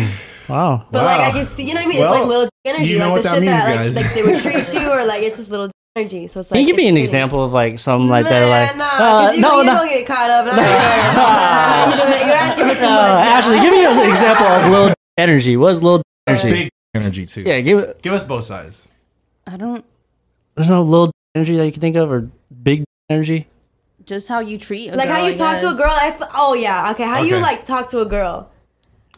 Speaker 2: but like I
Speaker 6: Wow.
Speaker 2: can see, you know what I mean? it's
Speaker 6: Well,
Speaker 2: like little energy,
Speaker 6: you know
Speaker 2: like the
Speaker 6: what
Speaker 2: shit
Speaker 6: that
Speaker 2: that
Speaker 6: means,
Speaker 2: like, like
Speaker 6: guys.
Speaker 2: they would treat you, or like it's just little energy. So it's like
Speaker 3: Can you give me
Speaker 2: it's
Speaker 3: an
Speaker 2: pretty.
Speaker 3: example of like something like that?
Speaker 2: Nah,
Speaker 3: Like,
Speaker 2: nah,
Speaker 3: uh,
Speaker 2: 'cause you,
Speaker 3: no,
Speaker 2: you
Speaker 3: no.
Speaker 2: gonna get caught up. and I'm like, you know, you're asking for too
Speaker 3: Uh,
Speaker 2: much.
Speaker 3: Ashley, give me an example of little energy. What is little energy?
Speaker 4: Big energy too.
Speaker 3: Yeah, give it.
Speaker 4: Give us both sides.
Speaker 5: I don't.
Speaker 3: There's no little energy that you can think of, or big energy.
Speaker 5: Just how you treat. A
Speaker 2: Like
Speaker 5: girl,
Speaker 2: how you
Speaker 5: I
Speaker 2: talk to a
Speaker 5: guess.
Speaker 2: girl. I f- oh yeah, okay. How you
Speaker 6: Okay.
Speaker 2: like talk to a girl?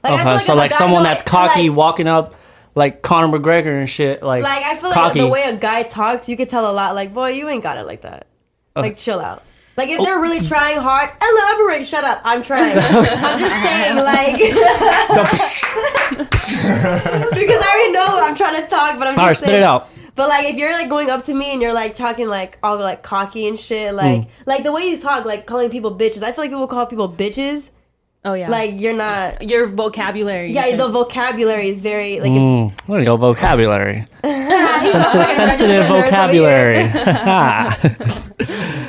Speaker 2: I
Speaker 3: Okay,
Speaker 2: feel if
Speaker 3: Uh-huh.
Speaker 2: a
Speaker 3: so like
Speaker 2: guy-
Speaker 3: someone
Speaker 2: no,
Speaker 3: that's cocky
Speaker 2: Like,
Speaker 3: walking up, like Conor McGregor and shit. Like,
Speaker 2: like, I feel like
Speaker 3: cocky.
Speaker 2: the way a guy talks, you could tell a lot. Like boy, you ain't got it like that. Like chill out. Like
Speaker 3: Oh.
Speaker 2: if they're really trying hard, elaborate. Shut up. I'm trying. I'm just saying. Like because I already know I'm trying to talk, but I'm just
Speaker 3: all right,
Speaker 2: saying.
Speaker 3: spit it out.
Speaker 2: But like, if you're like going up to me and you're like talking like all like cocky and shit, like
Speaker 3: Hmm.
Speaker 2: like the way you talk, like calling people bitches. I feel like people call people bitches.
Speaker 5: Oh yeah.
Speaker 2: Like you're not.
Speaker 5: your vocabulary.
Speaker 2: Yeah,
Speaker 5: You
Speaker 2: the vocabulary is very like
Speaker 3: Mm, there you go, vocabulary.
Speaker 2: it's
Speaker 3: Sensi- sensitive vocabulary.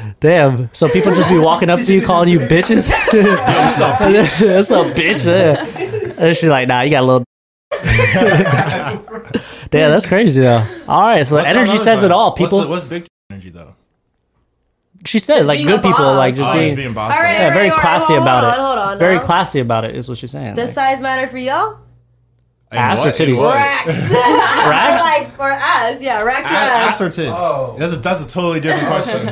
Speaker 3: Damn. So people just be walking up to you calling you bitches. That's a bitch. yeah. And she's like, nah, you got a little. Damn, that's crazy though. All right, so
Speaker 4: What's
Speaker 3: energy
Speaker 4: another
Speaker 3: says
Speaker 4: side?
Speaker 3: it all.
Speaker 4: What's
Speaker 3: People,
Speaker 4: the- What's, big energy though?
Speaker 3: she says, like
Speaker 5: being
Speaker 3: good
Speaker 5: a
Speaker 3: people, like
Speaker 5: boss.
Speaker 3: just
Speaker 4: Oh,
Speaker 3: being,
Speaker 4: just being boss.
Speaker 2: All right.
Speaker 3: yeah, very
Speaker 2: Hold on,
Speaker 3: classy
Speaker 2: hold
Speaker 3: about
Speaker 2: on,
Speaker 3: it.
Speaker 2: hold on,
Speaker 3: very
Speaker 2: now.
Speaker 3: classy about it is what she's saying.
Speaker 2: Does
Speaker 3: like.
Speaker 2: size matter for y'all?
Speaker 4: In
Speaker 3: Ass or
Speaker 4: what? In
Speaker 3: titties?
Speaker 4: what?
Speaker 2: Racks.
Speaker 3: Racks?
Speaker 2: like or ass. Yeah, racks or
Speaker 4: A-
Speaker 2: ass.
Speaker 4: Ass or tits?
Speaker 3: Oh.
Speaker 4: That's a that's a totally different question.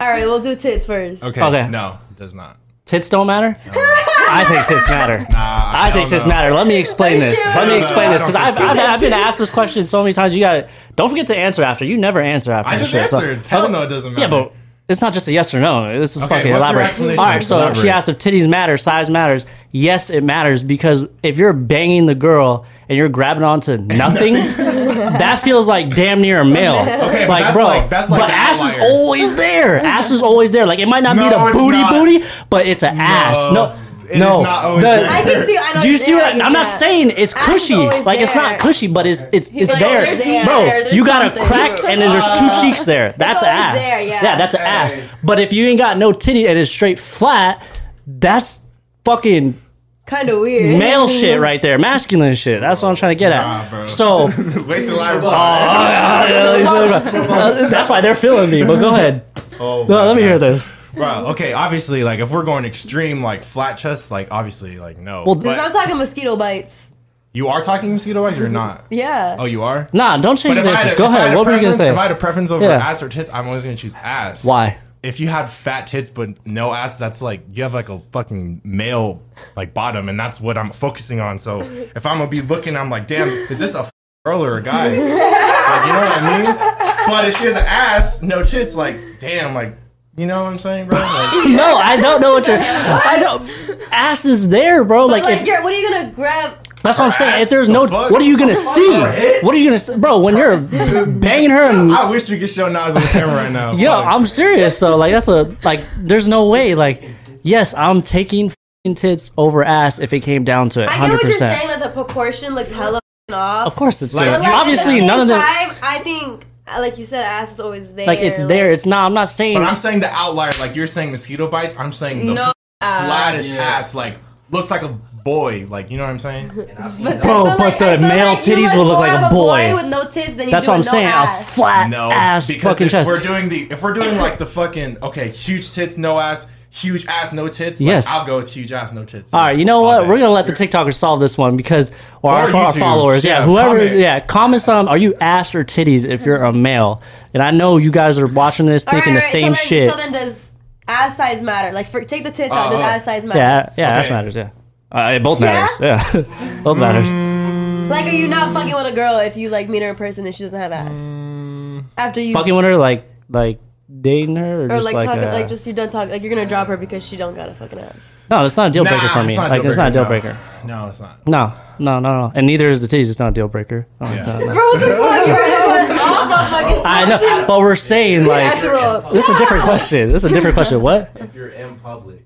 Speaker 2: All right, we'll do tits first.
Speaker 4: okay.
Speaker 3: Okay.
Speaker 4: No, it does not.
Speaker 3: Tits don't matter. I think tits matter. I, think
Speaker 4: Uh, don't
Speaker 3: tits
Speaker 4: know.
Speaker 3: matter. Let me explain this. Let me
Speaker 4: No,
Speaker 3: explain
Speaker 4: no,
Speaker 3: this
Speaker 4: I
Speaker 3: because
Speaker 4: don't
Speaker 3: I've,
Speaker 4: think
Speaker 3: I've,
Speaker 4: so.
Speaker 3: I've been asked this question so many times. You got to don't forget to answer after. You never answer after.
Speaker 4: I
Speaker 3: and
Speaker 4: just
Speaker 3: shit, so-
Speaker 4: answered. Hell no, it doesn't matter.
Speaker 3: yeah, but it's not just a yes or no. This is fucking
Speaker 4: what's your
Speaker 3: elaborate. All
Speaker 4: explanation?
Speaker 3: right, so she
Speaker 4: Elaborate.
Speaker 3: asked if titties matter, size matters. Yes, it matters because if you're banging the girl and you're grabbing onto nothing, that feels like damn near a male.
Speaker 4: Okay, but
Speaker 3: like
Speaker 4: that's
Speaker 3: bro,
Speaker 4: like- that's like
Speaker 3: but
Speaker 4: an
Speaker 3: ass is
Speaker 4: outlier.
Speaker 3: always there. Ass is always there. Like it might not be
Speaker 4: No,
Speaker 3: the
Speaker 4: it's
Speaker 3: booty
Speaker 4: not.
Speaker 3: booty, but it's an ass. No,
Speaker 4: it is
Speaker 3: no,
Speaker 4: not always
Speaker 3: The-
Speaker 4: there.
Speaker 2: I can see. I know
Speaker 3: do you see
Speaker 2: yeah,
Speaker 3: what
Speaker 2: I
Speaker 3: I,
Speaker 2: can
Speaker 3: am
Speaker 2: see
Speaker 3: not
Speaker 2: that.
Speaker 3: saying it's
Speaker 2: Ass is
Speaker 3: cushy.
Speaker 2: always
Speaker 3: Like it's
Speaker 2: there.
Speaker 3: not cushy, but it's it's it's
Speaker 5: like, "Oh,
Speaker 3: there.
Speaker 5: "There's
Speaker 2: meat
Speaker 3: Bro,
Speaker 5: there, there's
Speaker 3: you got
Speaker 5: something."
Speaker 3: a crack and then there's two cheeks there. That's
Speaker 2: Uh, always
Speaker 3: ass.
Speaker 2: there, yeah.
Speaker 3: that's an ass.
Speaker 6: Hey.
Speaker 3: But if you ain't got no titty and it's straight flat, that's fucking
Speaker 2: Kind of weird.
Speaker 3: male shit right there, masculine shit. That's what I'm trying to get
Speaker 6: Nah,
Speaker 3: at.
Speaker 6: bro.
Speaker 3: So
Speaker 6: Wait till I reply.
Speaker 3: Uh, that's why they're feeling me. But go ahead.
Speaker 4: Oh,
Speaker 3: No,
Speaker 4: my
Speaker 3: let me
Speaker 4: God.
Speaker 3: hear this.
Speaker 4: Bro, okay, obviously, like if we're going extreme, like flat chest, like obviously, like no.
Speaker 3: Well,
Speaker 4: but
Speaker 2: I'm talking mosquito bites.
Speaker 4: you are talking mosquito bites, you're not.
Speaker 2: Yeah.
Speaker 4: Oh, you are.
Speaker 3: Nah, don't change
Speaker 4: But if
Speaker 3: the
Speaker 4: I had
Speaker 3: answers.
Speaker 4: a-
Speaker 3: Go
Speaker 4: if I had
Speaker 3: ahead.
Speaker 4: a
Speaker 3: What were you gonna
Speaker 4: preference- If I
Speaker 3: say?
Speaker 4: had a preference over
Speaker 3: Yeah.
Speaker 4: ass or tits, I'm always gonna choose ass.
Speaker 3: Why?
Speaker 4: If you had fat tits but no ass, that's like you have like a fucking male like bottom, and that's what I'm focusing on. So if I'm gonna be looking, I'm like, damn, is this a girl or a guy? like, you know what I mean? But if she has an ass, no tits, like damn, like you know what I'm saying, bro? Like,
Speaker 3: No, I don't know what you're. I don't. Ass is there, bro. Like,
Speaker 2: Like,
Speaker 3: if,
Speaker 2: you're, what are you gonna grab?
Speaker 3: That's what I'm saying. If there's
Speaker 4: The
Speaker 3: no,
Speaker 4: fuck?
Speaker 3: what are you gonna see?
Speaker 4: hit?
Speaker 3: What are you gonna, see? bro? When you're banging her, and,
Speaker 4: I wish we could show Nas on the camera right now.
Speaker 3: yo,
Speaker 4: Fuck.
Speaker 3: I'm serious though. Like that's a like. There's no way. Like, yes, I'm taking f***ing tits over ass if it came down to it.
Speaker 2: I get
Speaker 3: Hundred
Speaker 2: what you're
Speaker 3: percent.
Speaker 2: saying. That the proportion looks hella f***ing off.
Speaker 3: Of course, it's gonna.
Speaker 4: But,
Speaker 2: But, like, at
Speaker 3: obviously,
Speaker 2: the
Speaker 3: none of
Speaker 2: same
Speaker 3: them.
Speaker 2: Time, I think, uh, like you said, ass is always there.
Speaker 3: Like it's there. It's not. I'm not saying.
Speaker 4: But I'm saying the outlier, like you're saying mosquito bites. I'm saying the
Speaker 5: No
Speaker 4: f- flattest
Speaker 6: Yeah.
Speaker 4: ass, like looks like a boy, like you know what I'm saying?
Speaker 3: bro,
Speaker 2: I feel
Speaker 3: but
Speaker 2: like- I
Speaker 3: the
Speaker 2: feel
Speaker 3: male
Speaker 2: like you
Speaker 3: titties
Speaker 2: look
Speaker 3: will look
Speaker 2: more
Speaker 3: like
Speaker 2: of
Speaker 3: a boy.
Speaker 2: with no tits than you
Speaker 3: that's
Speaker 2: do
Speaker 3: what I'm
Speaker 2: with no
Speaker 3: saying. A
Speaker 2: Ass.
Speaker 3: flat
Speaker 4: No,
Speaker 3: ass
Speaker 4: because
Speaker 3: fucking
Speaker 4: if
Speaker 3: chest.
Speaker 4: we're doing the if we're doing like the fucking okay, huge tits, no ass. huge ass, no tits.
Speaker 3: Yes.
Speaker 4: like, I'll go with huge ass, no tits.
Speaker 3: All right, you know what?
Speaker 4: day.
Speaker 3: We're gonna let the TikTokers solve this one because, or,
Speaker 4: Or
Speaker 3: our, our
Speaker 4: YouTube.
Speaker 3: followers, yeah,
Speaker 4: Yeah,
Speaker 3: whoever,
Speaker 4: comment.
Speaker 3: yeah, comments on are you ass or titties if you're a male? And I know you guys are watching this thinking the same
Speaker 2: so then,
Speaker 3: shit.
Speaker 2: So then, does ass size matter? Like, for, take the tits out. Does
Speaker 4: Uh,
Speaker 2: ass size matter?
Speaker 3: yeah, yeah,
Speaker 4: Okay.
Speaker 3: that matters. Yeah, Mm. uh, it both
Speaker 2: Yeah?
Speaker 3: matters. Yeah, both matters.
Speaker 2: Like, are you not fucking with a girl if you like meet her in person and she doesn't have ass? After you
Speaker 3: Fucking with her, like, like dating her, or,
Speaker 2: or
Speaker 3: just
Speaker 2: like
Speaker 3: like,
Speaker 2: talking,
Speaker 3: uh,
Speaker 2: like just you done talking, like you're gonna drop her because she don't got a fucking ass.
Speaker 3: no, it's not a deal
Speaker 4: Nah,
Speaker 3: breaker for me.
Speaker 4: it's not a
Speaker 3: like, it's not a deal breaker.
Speaker 4: No, it's not.
Speaker 3: No, no, no, no, and neither is the titties. It's not a deal breaker. Oh, no, no.
Speaker 2: Bro, what the fuck? You're going off on fucking
Speaker 3: I know, but we're saying like.
Speaker 2: natural.
Speaker 3: This is a different question. This is a different question. What?
Speaker 7: If you're in public,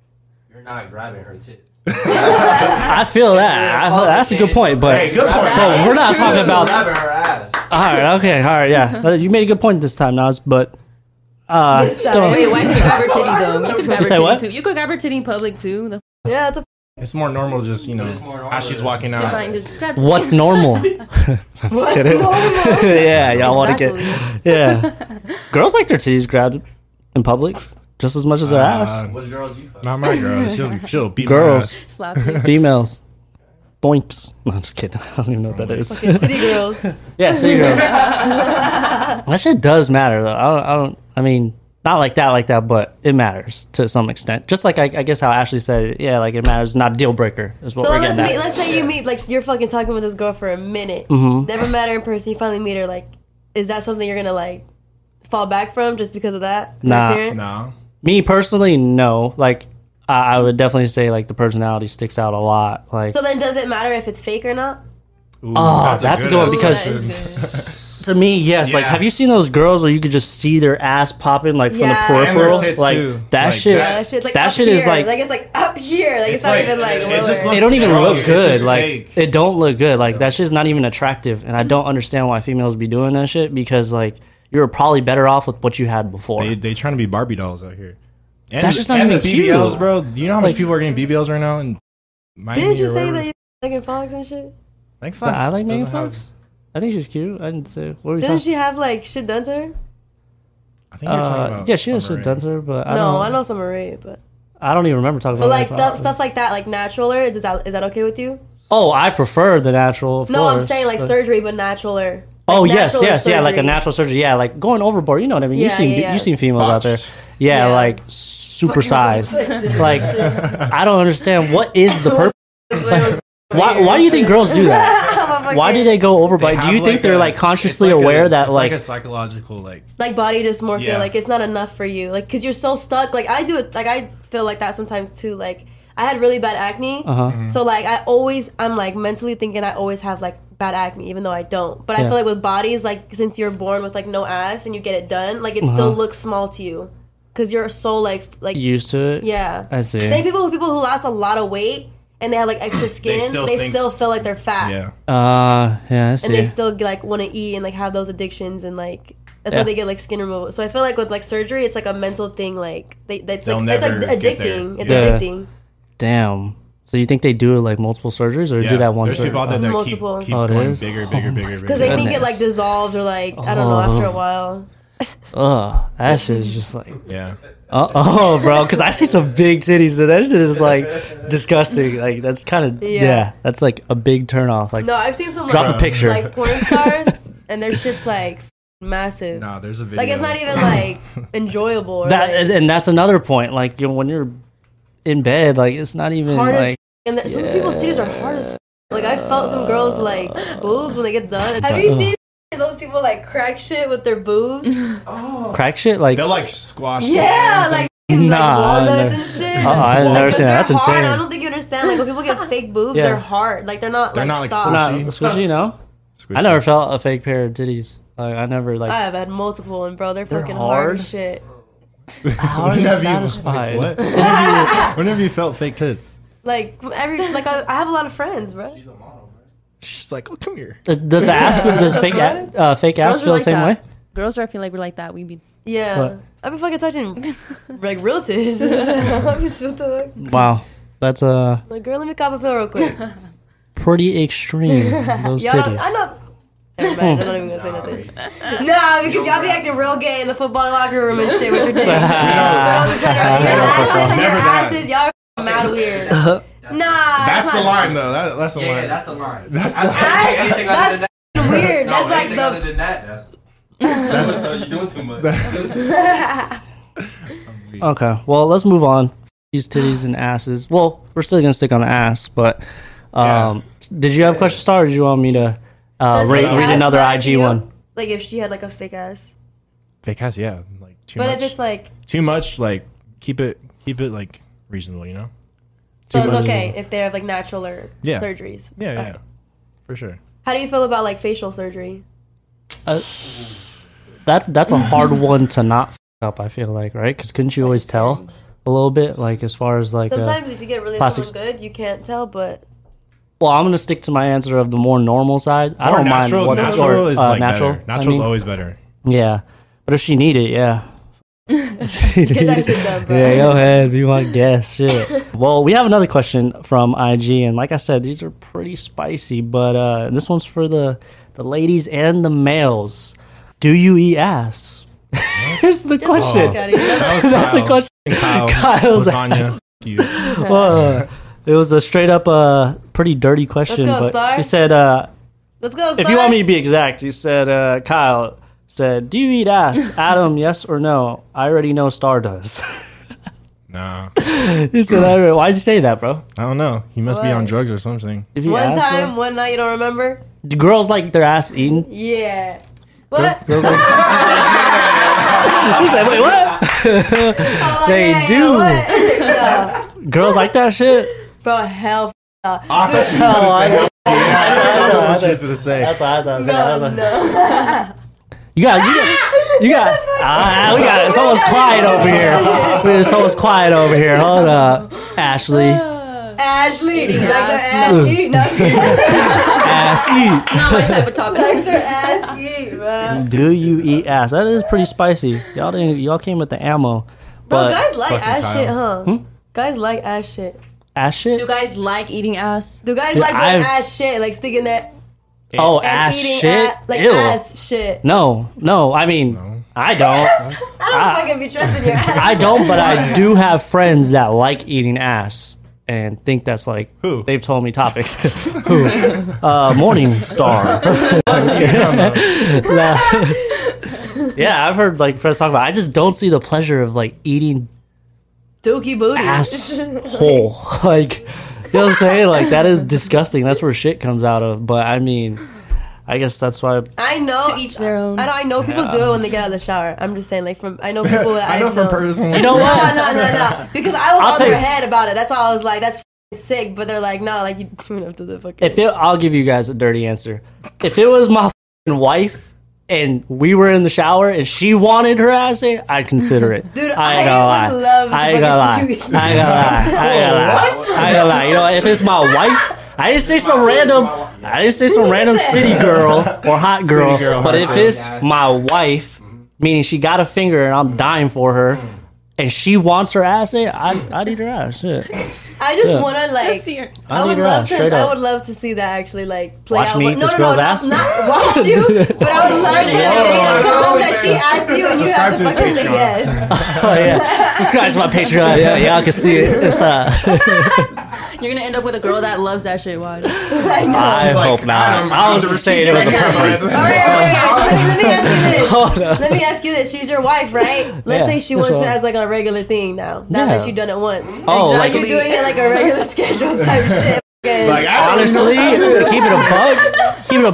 Speaker 7: you're not grabbing her tits.
Speaker 3: I feel that. I, that's a good point, but
Speaker 4: Hey, good point.
Speaker 3: but we're not talking about. All
Speaker 7: Grabbing her ass.
Speaker 3: right, okay, all right, yeah. Uh, You made a good point this time, Nas, but uh,
Speaker 2: This
Speaker 3: still,
Speaker 2: time.
Speaker 5: Wait, why can't you grab her titty though? You could grab her
Speaker 3: say
Speaker 5: titty
Speaker 3: what?
Speaker 5: too. You could grab her titty in public too. The f-
Speaker 2: Yeah, what the
Speaker 4: It's more normal, just you know,
Speaker 7: It's more normal.
Speaker 4: as she's walking
Speaker 5: just
Speaker 4: out.
Speaker 5: fine, just grab her
Speaker 3: what's
Speaker 5: titty.
Speaker 3: normal?
Speaker 2: fuck? Normal.
Speaker 3: yeah, y'all want to get
Speaker 5: Exactly.
Speaker 3: yeah. Girls like their titties grabbed in public just as much as their ass.
Speaker 4: Uh,
Speaker 7: What girls you fuck?
Speaker 4: not my girl. She'll she'll beat
Speaker 3: Girls.
Speaker 4: My ass.
Speaker 5: Slap you.
Speaker 3: Females, doinks. No, I'm just kidding. I don't even know what that is.
Speaker 2: City girls.
Speaker 3: Yeah, city girls. that shit does matter though. I don't, I don't. I mean, not like that, like that, but it matters to some extent. Just like I, I guess how Ashley said, it, yeah, like it matters. It's Not a deal breaker is what
Speaker 2: So
Speaker 3: we're
Speaker 2: let's
Speaker 3: getting
Speaker 2: meet,
Speaker 3: at.
Speaker 2: let's say you meet like you're fucking talking with this girl for a minute,
Speaker 3: Mm-hmm.
Speaker 2: never met her in person. You finally meet her. Like, is that something you're gonna like fall back from just because of that? Her
Speaker 3: Nah.
Speaker 2: appearance?
Speaker 4: No.
Speaker 3: Me personally, no. Like I, I would definitely say, like the personality sticks out a lot. Like
Speaker 2: So then, does it matter if it's fake or not?
Speaker 4: Ooh,
Speaker 3: Oh, that's a good one
Speaker 4: ass
Speaker 3: because-
Speaker 5: That is
Speaker 3: to
Speaker 5: good.
Speaker 3: me, yes. Like
Speaker 4: Yeah.
Speaker 3: have you seen those girls where you could just see their ass popping like
Speaker 2: Yeah.
Speaker 3: from the
Speaker 2: And
Speaker 4: their
Speaker 3: peripheral?
Speaker 4: tits,
Speaker 3: like
Speaker 4: too.
Speaker 3: that
Speaker 4: Like
Speaker 3: shit.
Speaker 4: that.
Speaker 2: That shit's like
Speaker 3: That
Speaker 2: up
Speaker 3: shit
Speaker 2: here.
Speaker 3: is, like-
Speaker 2: it's like up here. Like it's, not
Speaker 4: like-
Speaker 2: even like
Speaker 4: it- it
Speaker 2: lower.
Speaker 4: just
Speaker 3: It
Speaker 4: looks-
Speaker 3: don't even
Speaker 4: Bro,
Speaker 3: look
Speaker 4: it's just
Speaker 3: good. Like
Speaker 4: fake.
Speaker 3: it don't look good. Like that shit's not even attractive. And I don't understand why females be doing that shit because like you were probably better off with what you had before.
Speaker 4: They they trying to be Barbie dolls out here. And,
Speaker 3: That's just not
Speaker 4: and
Speaker 3: even
Speaker 4: the
Speaker 3: cute.
Speaker 4: BBLs, bro. Do you know how much
Speaker 3: Like-
Speaker 4: people are getting BBLs right now? And
Speaker 2: Didn't you say that you fucking Fox and shit?
Speaker 4: Like Fox
Speaker 3: I like Megan
Speaker 4: doesn't have-
Speaker 3: Fox. I think she's cute. I didn't say what were we
Speaker 2: Didn't
Speaker 3: talking.
Speaker 2: she have like shit done to her?
Speaker 4: I think you're talking
Speaker 3: Uh,
Speaker 4: about
Speaker 3: yeah, she has
Speaker 4: Summer
Speaker 3: shit
Speaker 4: Rae.
Speaker 3: done to her, but I
Speaker 2: no,
Speaker 3: don't.
Speaker 2: I know some Marie, but
Speaker 3: I don't even remember talking
Speaker 2: but
Speaker 3: about
Speaker 2: like
Speaker 3: Megan
Speaker 2: stuff
Speaker 3: Fox.
Speaker 2: stuff like that, like naturaler. Is that is that okay with you?
Speaker 3: Oh, I prefer the natural. Of
Speaker 2: No, I'm
Speaker 3: course,
Speaker 2: saying like
Speaker 3: but-
Speaker 2: surgery, but naturaler.
Speaker 3: Oh
Speaker 2: Like,
Speaker 3: yes,
Speaker 2: natural or
Speaker 3: yes, yeah, like a
Speaker 2: surgery.
Speaker 3: natural surgery. Yeah, like going overboard. You know what I mean? you
Speaker 2: Yeah,
Speaker 3: seen
Speaker 2: yeah, yeah.
Speaker 3: you seen females out there.
Speaker 4: Botched.
Speaker 3: Yeah,
Speaker 2: Yeah.
Speaker 3: like super size. like I don't understand what is the purpose. Why, why do you think girls do that? Why do they go over
Speaker 4: They
Speaker 3: by? Do you
Speaker 4: have,
Speaker 3: think
Speaker 4: like,
Speaker 3: they're
Speaker 4: a-
Speaker 3: like consciously
Speaker 4: it's like
Speaker 3: aware
Speaker 4: a-
Speaker 3: that
Speaker 4: it's
Speaker 3: like,
Speaker 4: a psychological like
Speaker 2: like body dysmorphia
Speaker 4: Yeah.
Speaker 2: like it's not enough for you like because you're so stuck like i do it like i feel like that sometimes too like i had really bad acne
Speaker 3: Uh-huh.
Speaker 4: Mm-hmm.
Speaker 2: so like i always i'm like mentally thinking i always have like bad acne even though i don't but i
Speaker 3: Yeah.
Speaker 2: feel like with bodies like since you're born with like no ass and you get it done like it
Speaker 3: Uh-huh.
Speaker 2: still looks small to you because you're so like f- like
Speaker 3: used to it?
Speaker 2: yeah
Speaker 3: I see.
Speaker 2: same people people who lost a lot of weight and they have like extra skin they still,
Speaker 4: still think-
Speaker 2: feel like they're fat
Speaker 4: yeah.
Speaker 3: Uh, yeah, I see.
Speaker 2: and they still like want to eat and like have those addictions and like that's
Speaker 3: Yeah.
Speaker 2: why they get like skin removal. So I feel like with like surgery, it's like a mental thing. Like they that's
Speaker 4: They'll
Speaker 2: like, it's like
Speaker 4: never get there.
Speaker 2: addicting. It's
Speaker 3: Yeah.
Speaker 2: addicting.
Speaker 3: Damn. So you think they do like multiple surgeries or do that one
Speaker 4: There's
Speaker 3: surgery?
Speaker 4: people out there that
Speaker 2: Multiple.
Speaker 4: keep, keep
Speaker 3: Oh, it
Speaker 4: going
Speaker 3: is?
Speaker 4: bigger, bigger, bigger,
Speaker 2: Because
Speaker 4: bigger.
Speaker 2: they think it
Speaker 3: Goodness.
Speaker 2: like dissolves or like I
Speaker 3: Oh.
Speaker 2: don't know after a while.
Speaker 3: Ugh, that shit is just like,
Speaker 4: yeah.
Speaker 3: uh oh, bro. Because I see some big titties, and that shit is like disgusting. Like that's kind of yeah.
Speaker 2: Yeah.
Speaker 3: that's like a big turnoff. Like
Speaker 2: No, I've seen some
Speaker 3: drop
Speaker 2: like,
Speaker 3: a picture.
Speaker 2: like porn stars and their shit's like massive.
Speaker 4: Nah, there's a video.
Speaker 2: like it's not even like enjoyable. Or,
Speaker 3: that,
Speaker 2: like,
Speaker 3: and, and that's another point. Like you know, when you're in bed, like it's not even
Speaker 2: hard as
Speaker 3: like
Speaker 2: f- and
Speaker 3: uh,
Speaker 2: the, some people's titties are hard as f- like I felt some girls like boobs when they get done. Have
Speaker 3: Uh.
Speaker 2: you seen those people like crack shit with their boobs?
Speaker 3: crack shit. Like
Speaker 4: They're like squash.
Speaker 2: Yeah,
Speaker 4: balls and-
Speaker 2: like, fucking,
Speaker 3: Nah,
Speaker 2: like walnuts
Speaker 3: no.
Speaker 2: and shit.
Speaker 3: Oh, I didn't
Speaker 2: Like,
Speaker 3: understand.
Speaker 2: they're
Speaker 3: That's
Speaker 2: hard.
Speaker 3: insane.
Speaker 2: I don't think you understand. Like when people get fake boobs,
Speaker 3: Yeah.
Speaker 2: they're hard. Like they're not.
Speaker 4: They're
Speaker 2: like,
Speaker 4: not, like,
Speaker 2: soft.
Speaker 3: not
Speaker 4: Squishy.
Speaker 3: squishy. No,
Speaker 4: Squishy.
Speaker 3: I never felt a fake pair of titties. Like I never like
Speaker 2: I have had multiple, and bro, they're, fucking
Speaker 3: hard.
Speaker 2: hard. as shit.
Speaker 3: How are
Speaker 4: When
Speaker 3: you
Speaker 4: have you-
Speaker 3: satisfied?
Speaker 4: What? When have you- when have you felt fake tits?
Speaker 2: Like every, like I, I have a lot of friends, bro.
Speaker 4: She's like, oh, come here.
Speaker 3: Does, does the ass feel, does fake a, uh, fake ass
Speaker 5: Girls are
Speaker 3: feel the
Speaker 5: like
Speaker 3: same
Speaker 5: that.
Speaker 3: way?
Speaker 5: Girls are, I feel like we're like that. We be
Speaker 2: Yeah,
Speaker 3: What?
Speaker 2: I've been fucking touching like real tits. I've been so the fuck.
Speaker 3: Wow, that's uh
Speaker 2: Like, girl, let me cop a pill real quick.
Speaker 3: pretty extreme. Those
Speaker 2: Y'all, don't- I
Speaker 3: titties.
Speaker 2: know. Never mind. I'm not even gonna say nothing. Nah, because y'all be acting real gay in the football locker room and shit with your dicks. so don't be playing around. Your asses and your
Speaker 4: Never that.
Speaker 2: asses, y'all are mad weird. Nah,
Speaker 4: That's the
Speaker 2: not-
Speaker 4: line, though. That, that's the
Speaker 7: Yeah,
Speaker 4: line.
Speaker 7: yeah, that's the line.
Speaker 4: That's
Speaker 7: I-
Speaker 4: the-
Speaker 7: I- anything other than that-
Speaker 2: That's weird.
Speaker 7: No,
Speaker 2: That's like
Speaker 7: anything other
Speaker 2: the
Speaker 7: than that, that's.
Speaker 4: That's-
Speaker 7: so you're doing too much.
Speaker 3: Okay, well, let's move on. These titties and asses. Well, we're still gonna stick on the ass, but um, did you have a question, Star? Or did you want me to uh,
Speaker 2: Does
Speaker 3: read,
Speaker 2: fake
Speaker 3: read
Speaker 2: ass
Speaker 3: another
Speaker 2: matter to
Speaker 3: IG
Speaker 2: you?
Speaker 3: one?
Speaker 2: Like if she had like a fake ass.
Speaker 4: Fake ass, yeah. Like too
Speaker 2: But
Speaker 4: much.
Speaker 2: if it's like,
Speaker 4: too much, like keep it, keep it like reasonable. You know.
Speaker 2: so
Speaker 3: Too
Speaker 2: it's
Speaker 3: much.
Speaker 2: okay if they have like natural or
Speaker 4: Yeah.
Speaker 2: surgeries.
Speaker 4: Yeah, yeah, for sure.
Speaker 2: How do you feel about like facial surgery?
Speaker 3: That that's a hard one to not f- up. I feel like right because couldn't you always tell a little bit like as far as like uh,
Speaker 2: Sometimes if you get really
Speaker 3: plastic-
Speaker 2: someone good, you can't tell. But
Speaker 3: well I'm gonna stick to my answer of the more normal side. I
Speaker 4: Or
Speaker 3: don't
Speaker 4: natural,
Speaker 3: mind what
Speaker 4: natural
Speaker 3: or,
Speaker 4: is
Speaker 3: uh,
Speaker 4: like
Speaker 3: natural.
Speaker 4: better.
Speaker 3: I
Speaker 4: Natural's
Speaker 3: mean,
Speaker 4: always better.
Speaker 3: yeah, but if she need it, yeah. She need
Speaker 2: get that
Speaker 3: it.
Speaker 2: shit done, bro.
Speaker 3: Yeah, go ahead. Be my guest. Shit. well, we have another question from IG, and like I said, these are pretty spicy. But uh, this one's for the the ladies and the males. Do you eat ass? Here's the question.
Speaker 2: Fuck outta here.
Speaker 4: That was
Speaker 3: That's a
Speaker 4: Kyle.
Speaker 3: question.
Speaker 4: Kyle,
Speaker 3: Kyle's
Speaker 4: lasagna.
Speaker 3: ass.
Speaker 4: F- you.
Speaker 3: Uh, it was a straight up, uh, pretty dirty question.
Speaker 2: Let's go,
Speaker 3: but
Speaker 2: Star.
Speaker 3: he said, uh,
Speaker 2: Let's go.
Speaker 3: if you want me to be exact, he said, uh, Kyle said, "Do you eat ass, Adam? yes or no? I already know Star does."
Speaker 4: Nah,
Speaker 3: he said, I already- "Why'd you say that, bro?
Speaker 4: I don't know. He must be
Speaker 2: What?
Speaker 4: on drugs or something.
Speaker 3: If you
Speaker 2: one
Speaker 3: ass,
Speaker 2: time, one night, you don't remember?
Speaker 3: Do girls like their ass eaten?
Speaker 2: Yeah. What?
Speaker 3: Girls like- He said, "Wait, what?
Speaker 2: Oh,
Speaker 3: They
Speaker 2: yeah, yeah,
Speaker 3: do.
Speaker 2: what? No.
Speaker 3: Girls like that shit?"
Speaker 2: Bro, hell. f- no.
Speaker 4: I thought she
Speaker 2: Oh,
Speaker 4: was gonna say. That's what she was gonna say.
Speaker 3: what I uh, thought.
Speaker 2: No, no.
Speaker 3: You got, you got, you got. Ah, we got. Someone's quiet over here. We- Someone's quiet over here. Hold up, Ashley.
Speaker 2: Ashley. Like the
Speaker 5: ass,
Speaker 2: ass eat. No.
Speaker 3: Ass
Speaker 5: Not my type of
Speaker 2: Like the
Speaker 5: topic.
Speaker 2: ass eat, bro.
Speaker 3: eat. Do you eat ass? That is pretty spicy. Y'all didn't. Y'all came with the ammo,
Speaker 2: Bro,
Speaker 3: but Hmm?
Speaker 2: guys like
Speaker 4: Fucking
Speaker 2: ass
Speaker 4: Kyle.
Speaker 2: shit, huh? Guys like ass shit.
Speaker 3: ass shit.
Speaker 5: Do guys like eating ass?
Speaker 2: Do guys
Speaker 3: Dude,
Speaker 2: like that
Speaker 3: I've-
Speaker 2: ass shit? Like sticking that
Speaker 3: oh,
Speaker 2: ass,
Speaker 3: ass
Speaker 2: eating
Speaker 3: shit.
Speaker 2: ass, like
Speaker 3: Ew.
Speaker 2: ass shit.
Speaker 3: No, no. I mean, I don't.
Speaker 2: I don't fucking be trusting your ass.
Speaker 3: I don't, but I do have friends that like eating ass and think that's like
Speaker 4: Who?
Speaker 3: they've told me topics. Who? Uh, Morning Star. Nah. yeah, I've heard like friends talk about. it. I just don't see the pleasure of like eating
Speaker 2: Dookie booty.
Speaker 3: ass whole. Like you know what I'm saying? Like that is disgusting. That's where shit comes out of. But I mean, I guess that's why.
Speaker 2: I know.
Speaker 5: To each their own.
Speaker 2: I know, I know people do it when they get out of the shower. I'm just saying, like from I know people that
Speaker 4: I know
Speaker 2: I've
Speaker 4: from
Speaker 2: known-
Speaker 4: personal.
Speaker 3: You know
Speaker 2: No,
Speaker 3: what?
Speaker 2: no, no, no. Because I was
Speaker 3: I'll
Speaker 2: on
Speaker 3: tell
Speaker 2: their
Speaker 3: you-
Speaker 2: head about it. That's why I was like, that's f***ing sick. But they're like, no, like you tune up to the fucking.
Speaker 3: If it, I'll give you guys a dirty answer. If it was my fing wife and we were in the shower and she wanted her ass in, I'd consider it.
Speaker 2: Dude,
Speaker 3: I ain't
Speaker 2: I
Speaker 3: gonna
Speaker 2: would
Speaker 3: lie.
Speaker 2: love to
Speaker 3: I ain't gonna lie. I
Speaker 2: fucking
Speaker 3: ain't
Speaker 2: see
Speaker 3: gonna lie. I ain't gonna lie. I ain't gonna lie. You know, if it's my wife, I didn't say some random. I didn't say some random city girl or hot girl.
Speaker 4: girl,
Speaker 3: but
Speaker 4: hot
Speaker 3: if
Speaker 4: girl.
Speaker 3: it's my wife, meaning she got a finger and I'm dying for her. And she wants her ass in. I'd, I'd eat her ass. Shit.
Speaker 2: I just wanna like.
Speaker 3: I'd
Speaker 2: I
Speaker 3: eat
Speaker 2: would
Speaker 3: her
Speaker 2: love
Speaker 3: ass.
Speaker 2: to.
Speaker 3: Straight
Speaker 2: I
Speaker 3: up.
Speaker 2: would love to see that actually like play
Speaker 3: Watch
Speaker 2: out.
Speaker 3: me
Speaker 2: what-
Speaker 3: eat
Speaker 2: no,
Speaker 3: this
Speaker 2: no,
Speaker 3: girl's
Speaker 2: no,
Speaker 3: ass?
Speaker 2: Not, not watch you, but I would love to be
Speaker 5: Whoa.
Speaker 2: the girl that she asked you and you have to
Speaker 4: Subscribe to
Speaker 2: fucking
Speaker 4: his
Speaker 2: say
Speaker 4: Patreon.
Speaker 2: yes.
Speaker 3: Oh yeah. Subscribe to my Patreon. Yeah, y'all can see it. It's uh.
Speaker 5: You're gonna end up with a girl that loves that shit. Why?
Speaker 2: I know.
Speaker 3: I
Speaker 4: She's like,
Speaker 3: hope not.
Speaker 4: Adam,
Speaker 3: I was
Speaker 4: I'm
Speaker 3: just saying it was a
Speaker 2: receiving
Speaker 3: preference.
Speaker 2: All right, all right, all right. So let me, let me ask you this. Let me ask you this. She's your wife, right? Let's
Speaker 3: Yeah,
Speaker 2: say she
Speaker 3: that's
Speaker 2: wants
Speaker 3: all.
Speaker 2: it as like a regular thing now. Not
Speaker 3: Yeah.
Speaker 2: that you've done it once.
Speaker 3: Oh,
Speaker 2: Now
Speaker 3: like-
Speaker 2: you're doing it like a regular schedule type shit.
Speaker 4: Like, I don't even know
Speaker 3: honestly, to keep it a bug. Keep it a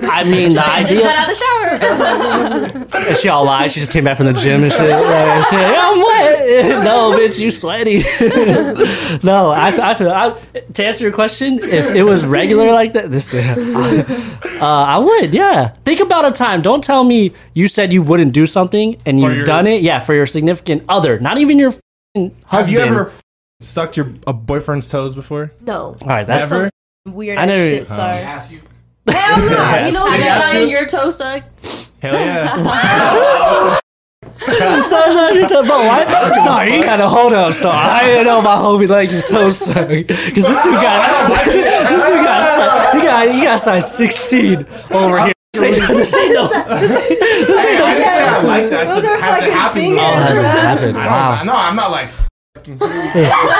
Speaker 3: bug. I mean, the
Speaker 5: I just got
Speaker 3: idea.
Speaker 5: out of the shower.
Speaker 3: And she all lied. She just came back from the gym and shit. Like, shit, "Yeah, I'm wet. no, bitch, you sweaty. no, I, I feel. I, to answer your question, if it was regular like that, this. Uh, I would, yeah. Think about a time. Don't tell me you said you wouldn't do something and you've
Speaker 4: your-
Speaker 3: done it. Yeah, for your significant other, not even your f***ing husband.
Speaker 4: Have you ever sucked your a boyfriend's toes before?
Speaker 2: No.
Speaker 3: All right, that's
Speaker 4: Ever?
Speaker 2: Weird
Speaker 3: I
Speaker 2: ass
Speaker 3: never-
Speaker 2: shit
Speaker 7: I
Speaker 2: star.
Speaker 7: ask you.
Speaker 2: Hell no. You know
Speaker 5: I
Speaker 2: what?
Speaker 5: got
Speaker 4: asked
Speaker 5: gotten
Speaker 4: you?
Speaker 5: your toe sucked.
Speaker 4: Hell yeah.
Speaker 3: Sorry, sorry, sorry, but why? Star, you gotta hold up, Star. I didn't know my homie likes his toes sucked. Because this dude got, this dude got, si- he got, he got size 16 over here. Oh, Say no, just say no. Just say- just say
Speaker 4: Hey, I
Speaker 3: no.
Speaker 4: didn't say I liked it. I said,
Speaker 2: Those are
Speaker 4: has it
Speaker 2: fucking
Speaker 4: happened
Speaker 2: fingers,
Speaker 4: before?
Speaker 3: Oh, hasn't happened.
Speaker 4: I
Speaker 3: Wow.
Speaker 4: don't, no, I'm not like,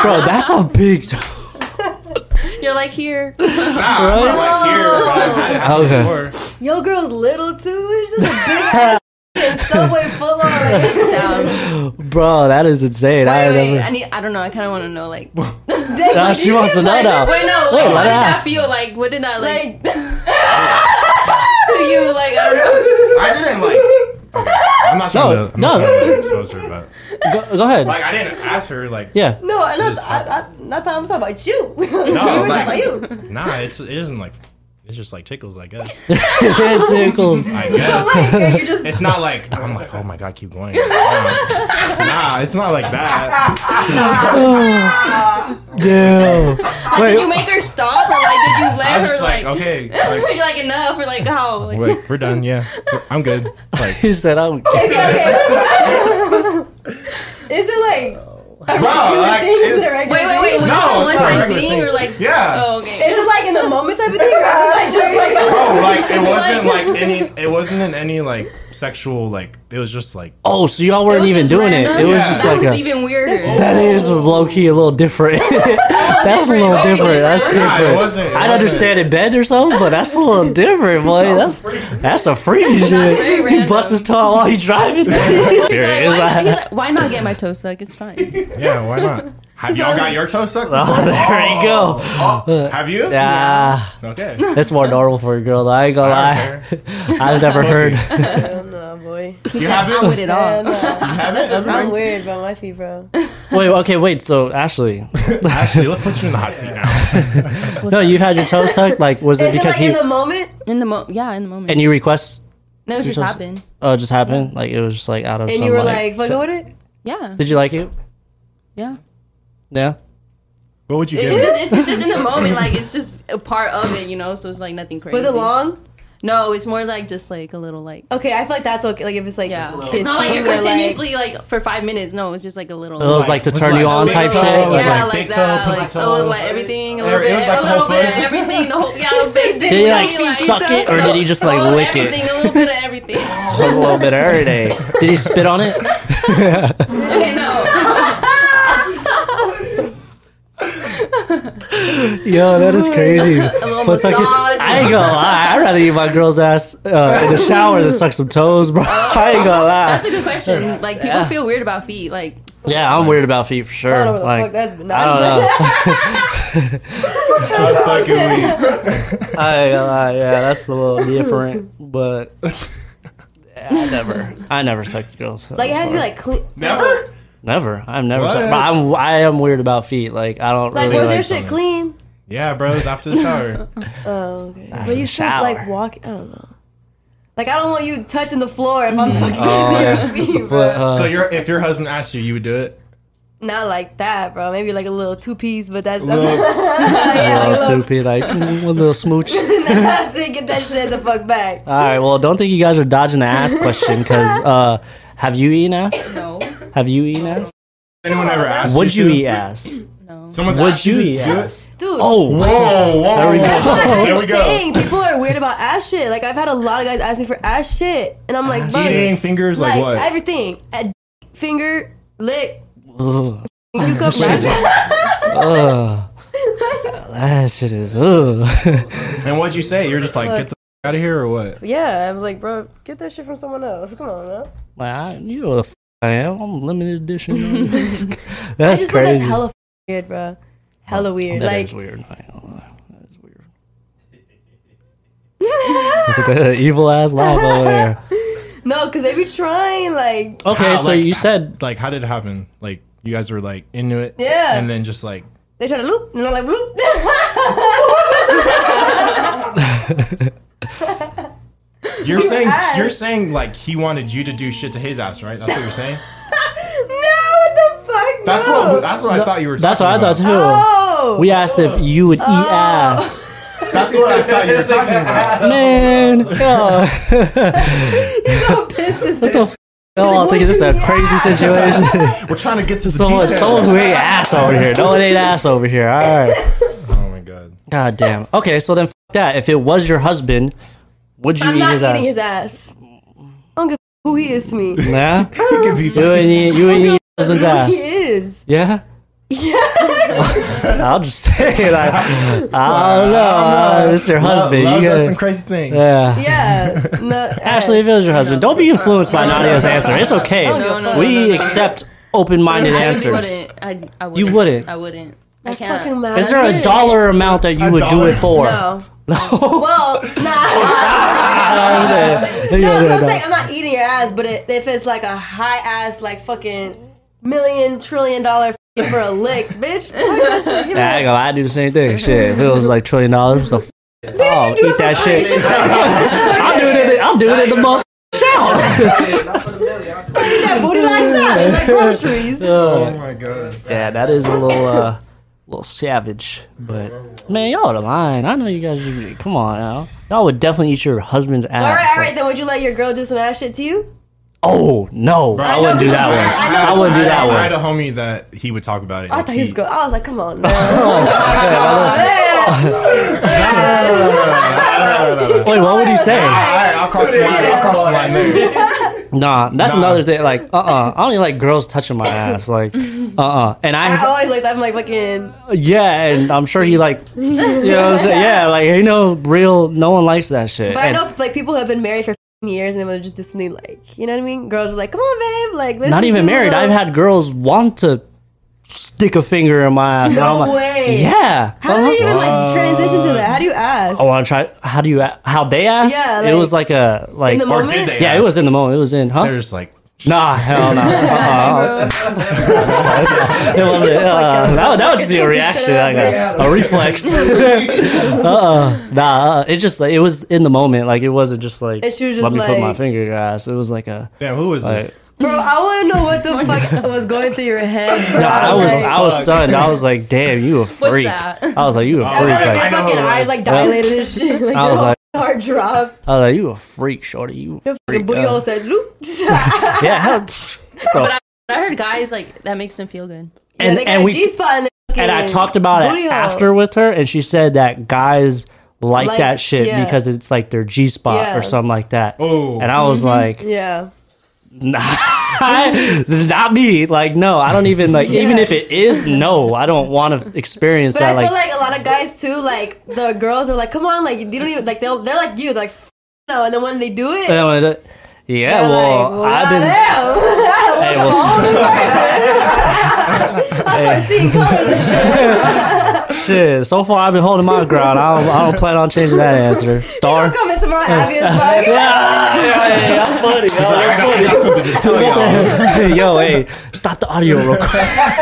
Speaker 3: Bro, that's a big. T-
Speaker 5: You're like here.
Speaker 4: nah, I'm not like here, but I've had it happen
Speaker 3: Okay.
Speaker 4: before.
Speaker 2: Yo, girl's little too. It's just a big ass fucking subway full on. Like,
Speaker 5: Down.
Speaker 3: Bro, that is insane. I
Speaker 5: Wait,
Speaker 3: have
Speaker 5: wait,
Speaker 3: never.
Speaker 5: I need. I don't know. I kind of want to know. Like, wait,
Speaker 2: dang,
Speaker 3: Nah, she wants to know now.
Speaker 5: no.
Speaker 3: Wait,
Speaker 5: like, what
Speaker 3: let
Speaker 5: did
Speaker 3: her
Speaker 5: that
Speaker 3: ask.
Speaker 5: feel like? What did that like?
Speaker 2: Like,
Speaker 5: to you, like I don't
Speaker 4: I didn't
Speaker 5: know.
Speaker 4: like. Okay, I'm not trying
Speaker 3: No,
Speaker 4: to. I'm
Speaker 3: no.
Speaker 4: not trying to expose her, but
Speaker 3: Go, go ahead.
Speaker 4: like I didn't ask her. Like,
Speaker 3: Yeah.
Speaker 2: no, I'm not,
Speaker 4: Just-
Speaker 2: I, I, not talking, I'm talking about you. we were
Speaker 4: like-
Speaker 2: talking about you.
Speaker 4: nah, it's it isn't like. It's just like tickles, I guess.
Speaker 3: it tickles.
Speaker 4: I
Speaker 2: But
Speaker 4: guess.
Speaker 2: wait, girl, you're just
Speaker 4: It's not like I'm like, oh my god, keep going. nah, it's not like that.
Speaker 3: Damn.
Speaker 5: Like, did you make her stop, or like did you
Speaker 4: I
Speaker 5: let
Speaker 4: was
Speaker 5: her
Speaker 4: just like,
Speaker 5: like?
Speaker 4: okay, like,
Speaker 5: You're like enough, or like how? Like,
Speaker 4: wait, we're done. Yeah, We're- I'm good. Like,
Speaker 3: He said, "I'm."
Speaker 2: Is it like
Speaker 4: bro, like,
Speaker 2: things
Speaker 4: it's,
Speaker 2: that are regular?
Speaker 5: wait, wait, wait.
Speaker 4: No, it's
Speaker 5: Was this a
Speaker 4: not a
Speaker 5: one-time
Speaker 4: regular
Speaker 5: thing,
Speaker 4: thing.
Speaker 5: or like?
Speaker 4: yeah.
Speaker 5: Oh, okay.
Speaker 2: Is it like in the moment type of thing, or is it like just like
Speaker 4: Bro, like it wasn't like any. It wasn't in any like sexual. Like it was just like
Speaker 3: Oh, so y'all
Speaker 5: It
Speaker 3: weren't
Speaker 5: was
Speaker 3: even
Speaker 5: just
Speaker 3: doing
Speaker 5: random?
Speaker 3: it. It was
Speaker 4: Yeah.
Speaker 3: just
Speaker 5: that
Speaker 3: like
Speaker 5: was
Speaker 3: a.
Speaker 5: even weirder.
Speaker 3: That is low key a little different. that's a little
Speaker 5: Oh,
Speaker 3: different. That's
Speaker 5: different.
Speaker 4: Nah, it
Speaker 3: different.
Speaker 4: wasn't. it
Speaker 3: I'd
Speaker 4: wasn't.
Speaker 3: understand in bed or something, but that's a little different, boy. That's that's a freaky
Speaker 5: very
Speaker 3: shit. He
Speaker 5: random.
Speaker 3: busts his tongue while he's driving.
Speaker 5: He's like,
Speaker 3: Serious.
Speaker 5: why, he's like, why not get my toe sucked? It's fine.
Speaker 4: Yeah, why not? Have y'all got your toe sucked?
Speaker 3: Oh, there you go.
Speaker 4: Have you?
Speaker 3: Ah,
Speaker 4: Okay.
Speaker 3: it's more normal for a girl. Though. I ain't gonna lie.
Speaker 4: Okay.
Speaker 3: I've never heard.
Speaker 2: Oh no, boy.
Speaker 4: You have
Speaker 5: I'm with
Speaker 4: it?
Speaker 5: it all.
Speaker 2: That's I'm weird, bro. My feet, bro.
Speaker 3: Wait, okay, wait. So Ashley,
Speaker 4: Ashley, let's put you in the hot seat now.
Speaker 3: no, you had your toe sucked. Like, was
Speaker 2: Is
Speaker 3: it
Speaker 2: it
Speaker 3: because
Speaker 2: like
Speaker 3: he
Speaker 2: in the moment
Speaker 5: In the mo, yeah, in the moment.
Speaker 3: and you request?
Speaker 5: no, it just
Speaker 3: so-
Speaker 5: happened.
Speaker 3: Uh, just happened. Like it was just like out of.
Speaker 2: and
Speaker 3: some,
Speaker 2: you were like, "Fuck
Speaker 3: so-
Speaker 2: with it."
Speaker 5: Yeah,
Speaker 3: Did you like it?
Speaker 5: yeah.
Speaker 3: Yeah.
Speaker 4: What would you give?
Speaker 5: It's
Speaker 4: it?
Speaker 5: just, it's just in the moment. Like it's just a part of it, you know. So it's like nothing crazy.
Speaker 2: Was it long?
Speaker 5: No, it's more like just like a little like.
Speaker 2: Okay, I feel like that's okay. Like if it's like
Speaker 5: Yeah,
Speaker 2: kissy
Speaker 5: it's not like you're
Speaker 2: or, like-
Speaker 5: continuously like for five minutes. No, it's just like a little.
Speaker 3: It was like to
Speaker 4: was
Speaker 3: turn
Speaker 4: like
Speaker 3: you on
Speaker 4: big
Speaker 3: type
Speaker 4: toe,
Speaker 3: shit.
Speaker 5: yeah,
Speaker 4: was
Speaker 5: like,
Speaker 4: like big
Speaker 5: that,
Speaker 4: toe,
Speaker 5: like
Speaker 4: pinky
Speaker 5: oh,
Speaker 4: toe.
Speaker 5: like everything, a
Speaker 4: There-
Speaker 5: little bit,
Speaker 4: it was like
Speaker 5: a little
Speaker 4: whole
Speaker 5: bit,
Speaker 4: foot.
Speaker 5: everything, the whole yeah, basically.
Speaker 3: Did he like suck it or did he just like
Speaker 5: oh,
Speaker 3: lick
Speaker 5: everything,
Speaker 3: it
Speaker 5: a little bit of everything.
Speaker 3: a little bit every day? Did he spit on it?
Speaker 5: okay, no,
Speaker 3: Yo, that is crazy.
Speaker 5: a little
Speaker 3: But
Speaker 5: massage.
Speaker 3: fucking- I ain't gonna lie. I'd rather eat my girl's ass uh, in the shower than suck some toes, bro. I ain't gonna
Speaker 5: That's
Speaker 3: lie.
Speaker 5: a good question. Like people feel weird about feet. Like
Speaker 3: Yeah, I'm weird about feet for sure.
Speaker 2: I don't know what the
Speaker 3: like,
Speaker 2: fuck that's been.
Speaker 3: I don't know.
Speaker 4: That's fucking weak.
Speaker 3: I ain't gonna lie. Yeah, that's a little different, but I never, I never sucked girls. so
Speaker 2: Like it has to be
Speaker 3: far.
Speaker 2: like clean.
Speaker 4: Never?
Speaker 3: never. I've never.
Speaker 4: What?
Speaker 3: Sucked, but I'm, I am weird about feet. Like I don't
Speaker 2: Like
Speaker 3: really
Speaker 2: was
Speaker 3: like
Speaker 2: your shit clean?
Speaker 4: Yeah, bros, after the shower.
Speaker 2: Oh, okay. But you should
Speaker 3: shower.
Speaker 2: like walk. I don't know. Like I don't want you touching the floor if I'm
Speaker 4: Mm-hmm. Oh,
Speaker 2: fucking kissing your feet,
Speaker 3: But,
Speaker 2: bro.
Speaker 3: uh,
Speaker 4: So your if your husband asked you, you would do it?
Speaker 2: Not like that, bro. Maybe like a little two piece, but that's
Speaker 4: Little-
Speaker 2: yeah, like a
Speaker 3: little
Speaker 2: little-
Speaker 3: soupy, uh, like mm, a little smooch. All
Speaker 2: that's it. Get that shit the fuck back.
Speaker 4: Uh,
Speaker 3: right, well, don't think you guys are dodging the ass question because uh, have you eaten ass?
Speaker 5: no,
Speaker 3: Have you eaten ass?
Speaker 4: Anyone ever asked
Speaker 3: Uh, Would
Speaker 4: you?
Speaker 3: you
Speaker 4: to?
Speaker 3: eat ass?
Speaker 5: no.
Speaker 4: Someone's
Speaker 3: Would
Speaker 4: asked
Speaker 3: you
Speaker 4: to
Speaker 3: eat
Speaker 4: do it?
Speaker 3: ass?
Speaker 2: Dude,
Speaker 3: Oh,
Speaker 4: Whoa, whoa.
Speaker 3: There we go.
Speaker 2: I'm
Speaker 4: There we go.
Speaker 2: saying people are weird about ass shit. Like I've had a lot of guys ask me for ass shit, and I'm like, bro,
Speaker 4: Eating fingers like,
Speaker 2: like
Speaker 4: what?
Speaker 2: everything, a d- finger, lick,
Speaker 3: Ugh.
Speaker 2: cucumber.
Speaker 3: Ugh. that shit is. Ugh.
Speaker 4: and what'd you say? You're just like, get the out of here or what?
Speaker 2: yeah, I'm like, bro, get that shit from someone else. Come on, man.
Speaker 3: like, I, you know the f- I am. I'm limited edition.
Speaker 2: I
Speaker 3: that's
Speaker 2: just thought
Speaker 3: crazy.
Speaker 2: that's hella f- weird, bro. Hella weird.
Speaker 3: That
Speaker 2: like,
Speaker 3: is weird. I ain't gonna lie. That is weird. Look at that evil ass laugh over there.
Speaker 2: no, because they be trying. Like,
Speaker 3: Okay,
Speaker 4: How,
Speaker 3: so
Speaker 4: like-
Speaker 3: you said
Speaker 4: Like, how did it happen? Like, you guys were like into it?
Speaker 2: Yeah.
Speaker 4: And then just like,
Speaker 2: they try to loop, and I'm like, loop.
Speaker 4: you're saying,
Speaker 2: asked.
Speaker 4: you're saying like he wanted you to do shit to his ass, right? That's what you're saying?
Speaker 2: no, what the fuck?
Speaker 4: That's
Speaker 2: no.
Speaker 4: what, that's what I thought you were
Speaker 3: that's what I
Speaker 4: talking
Speaker 3: thought
Speaker 4: about.
Speaker 2: Oh,
Speaker 3: too. We asked if you would eat ass.
Speaker 4: That's what I thought you were talking about.
Speaker 3: Man, yo. what the f- Oh, I think it's just a crazy situation.
Speaker 4: We're trying to get to the
Speaker 3: someone,
Speaker 4: details.
Speaker 3: someone who ate ass over here. No one ate ass over here. All right.
Speaker 4: Oh my god.
Speaker 3: God damn. Okay, so then f- that. If it was your husband, Would
Speaker 2: But
Speaker 3: you
Speaker 2: I'm
Speaker 3: eat
Speaker 2: not
Speaker 3: his
Speaker 2: eating
Speaker 3: ass?
Speaker 2: his ass. I don't give a who he is to me.
Speaker 3: Nah.
Speaker 2: could
Speaker 3: you wouldn't eat. You wouldn't eat his ass.
Speaker 2: He is.
Speaker 3: Yeah. I'll just say it. I, I don't know. Uh, it's your husband.
Speaker 4: Love
Speaker 3: you
Speaker 4: does
Speaker 3: gotta-
Speaker 4: some crazy things.
Speaker 3: Yeah.
Speaker 2: Yeah. No,
Speaker 3: Ashley, if it was your husband, don't be influenced by Nadia's answer. It's okay.
Speaker 5: No, no, no,
Speaker 3: we
Speaker 5: no, no.
Speaker 3: accept open-minded
Speaker 5: I really
Speaker 3: answers.
Speaker 5: wouldn't. I, I wouldn't.
Speaker 3: You wouldn't?
Speaker 5: I wouldn't.
Speaker 2: That's
Speaker 5: I can't.
Speaker 2: fucking mad.
Speaker 3: Is there a dollar amount that you would do it for?
Speaker 2: No. well, nah. No, that's what I'm saying. I'm not eating your ass, but it, if it's like a high ass, like fucking million trillion dollar fucking for a lick, bitch. fuck that shit. Give me
Speaker 3: I
Speaker 2: that.
Speaker 3: ain't gonna lie, I do the same thing. Shit, if it was like trillion dollars, the f-
Speaker 2: do
Speaker 3: oh,
Speaker 2: it
Speaker 3: eat
Speaker 2: for
Speaker 3: that
Speaker 2: free.
Speaker 3: shit. I'm doing it. I'm doing it the most.
Speaker 2: Give me that booty like salad, like groceries.
Speaker 6: Oh my god.
Speaker 3: Yeah, that is a little, uh, little savage. But man, y'all are lying. I know you guys. are- Come on, now. y'all would definitely eat your husband's ass.
Speaker 2: All right, all right. Then would you let your girl do some ass shit to you?
Speaker 3: Oh no, I
Speaker 2: I
Speaker 3: wouldn't
Speaker 2: know
Speaker 3: do
Speaker 2: the
Speaker 3: that
Speaker 2: answer.
Speaker 3: one.
Speaker 2: I know
Speaker 3: I wouldn't do
Speaker 2: the
Speaker 3: that
Speaker 4: I had
Speaker 3: one.
Speaker 4: a homie that he would talk about it.
Speaker 2: I
Speaker 4: and
Speaker 2: thought he was
Speaker 4: he-
Speaker 2: good. I was like, come on,
Speaker 3: Oh,
Speaker 2: Oh, man.
Speaker 3: Wait, what would you say?
Speaker 4: All right, I'll cross the line. I'll cross the line. there.
Speaker 3: Nah, that's another thing. Like, uh, uh I only like girls touching my ass. Like, uh, uh And
Speaker 2: I
Speaker 3: I,
Speaker 2: always like that. I'm like fucking.
Speaker 3: yeah, and I'm sure he like, you know, what I'm saying? yeah, like you know, real. No one likes that shit.
Speaker 2: But I
Speaker 3: And
Speaker 2: know like people who have been married for f***ing years and they would just do something like, you know what I mean? Girls are like, come on, babe. Like, let's
Speaker 3: not
Speaker 2: just
Speaker 3: even
Speaker 2: do a
Speaker 3: married.
Speaker 2: little-
Speaker 3: I've had girls want to stick a finger in my ass. and
Speaker 2: No
Speaker 3: I'm like,
Speaker 2: way.
Speaker 3: Yeah. Uh-huh.
Speaker 2: How do you even
Speaker 3: Oh.
Speaker 2: like transition to that? How do you ask?
Speaker 3: I want to try. How do you? a- How they ask?
Speaker 2: Yeah,
Speaker 3: it
Speaker 2: like-
Speaker 3: was like a like.
Speaker 2: in the
Speaker 4: Or
Speaker 2: moment.
Speaker 4: did they?
Speaker 3: yeah, it was in the moment. It was in, huh?
Speaker 4: They're just like,
Speaker 3: Nah, hell no. Uh-uh. it wasn't. Uh, that, would- that would just be a reaction, like a, a reflex. uh-uh. Nah, uh, it just like it was in the moment. Like it wasn't just like
Speaker 2: And she was
Speaker 3: let
Speaker 2: just
Speaker 3: me put my
Speaker 2: like-
Speaker 3: finger in your ass. It was like a.
Speaker 4: damn, who is
Speaker 3: Like,
Speaker 4: this?
Speaker 2: Bro, I want to know what the fuck was going through your head. Bro.
Speaker 3: no, I was
Speaker 2: Like,
Speaker 3: I was stunned. I was like, damn, you a freak.
Speaker 5: that?
Speaker 3: I was like, you a
Speaker 2: I
Speaker 3: freak.
Speaker 2: felt like
Speaker 3: Like,
Speaker 4: I
Speaker 2: your
Speaker 4: know
Speaker 2: fucking
Speaker 4: who it
Speaker 2: eyes
Speaker 4: was.
Speaker 2: like dilated and shit. Like,
Speaker 3: I
Speaker 2: your
Speaker 3: was
Speaker 2: whole
Speaker 3: like-
Speaker 2: heart dropped.
Speaker 3: I was like, you a freak, shorty. You a
Speaker 2: The
Speaker 3: freak.
Speaker 2: booty
Speaker 3: Uh,
Speaker 2: hole said, "Loop."
Speaker 3: yeah, hell,
Speaker 5: But I heard guys like that makes them feel
Speaker 2: and,
Speaker 5: good.
Speaker 3: And-
Speaker 2: they got
Speaker 3: and
Speaker 2: a
Speaker 3: we-
Speaker 2: G-spot in their
Speaker 3: and I
Speaker 2: fucking
Speaker 3: talked about
Speaker 2: booty
Speaker 3: it
Speaker 2: hole.
Speaker 3: after with her, and she said that guys like,
Speaker 2: Like,
Speaker 3: that shit
Speaker 2: yeah.
Speaker 3: because it's like their G spot
Speaker 2: Yeah.
Speaker 3: or something like that.
Speaker 4: Oh.
Speaker 3: And I was like,
Speaker 2: Yeah.
Speaker 3: nah, not me. Like, no, I don't even like. Even if it is, no, I don't want to experience
Speaker 2: But
Speaker 3: that.
Speaker 2: I
Speaker 3: Like,
Speaker 2: feel like a lot of guys too, like the girls are like, "Come on," like they don't even like they'll they're like you, they're like "F- no, and then when they do it,
Speaker 3: I don't wanna do- yeah,
Speaker 2: they're
Speaker 3: well,
Speaker 2: like, "Well,
Speaker 3: I've been.
Speaker 2: goddamn."
Speaker 3: Hey, well,
Speaker 2: I start seeing colors. and shit.
Speaker 3: shit, so far I've been holding my ground. I don't, I don't plan on changing that answer. Star.
Speaker 2: Don't come into my obvious like,
Speaker 3: that's funny.
Speaker 4: I got something to tell y'all.
Speaker 3: Yo, hey, stop the audio real quick.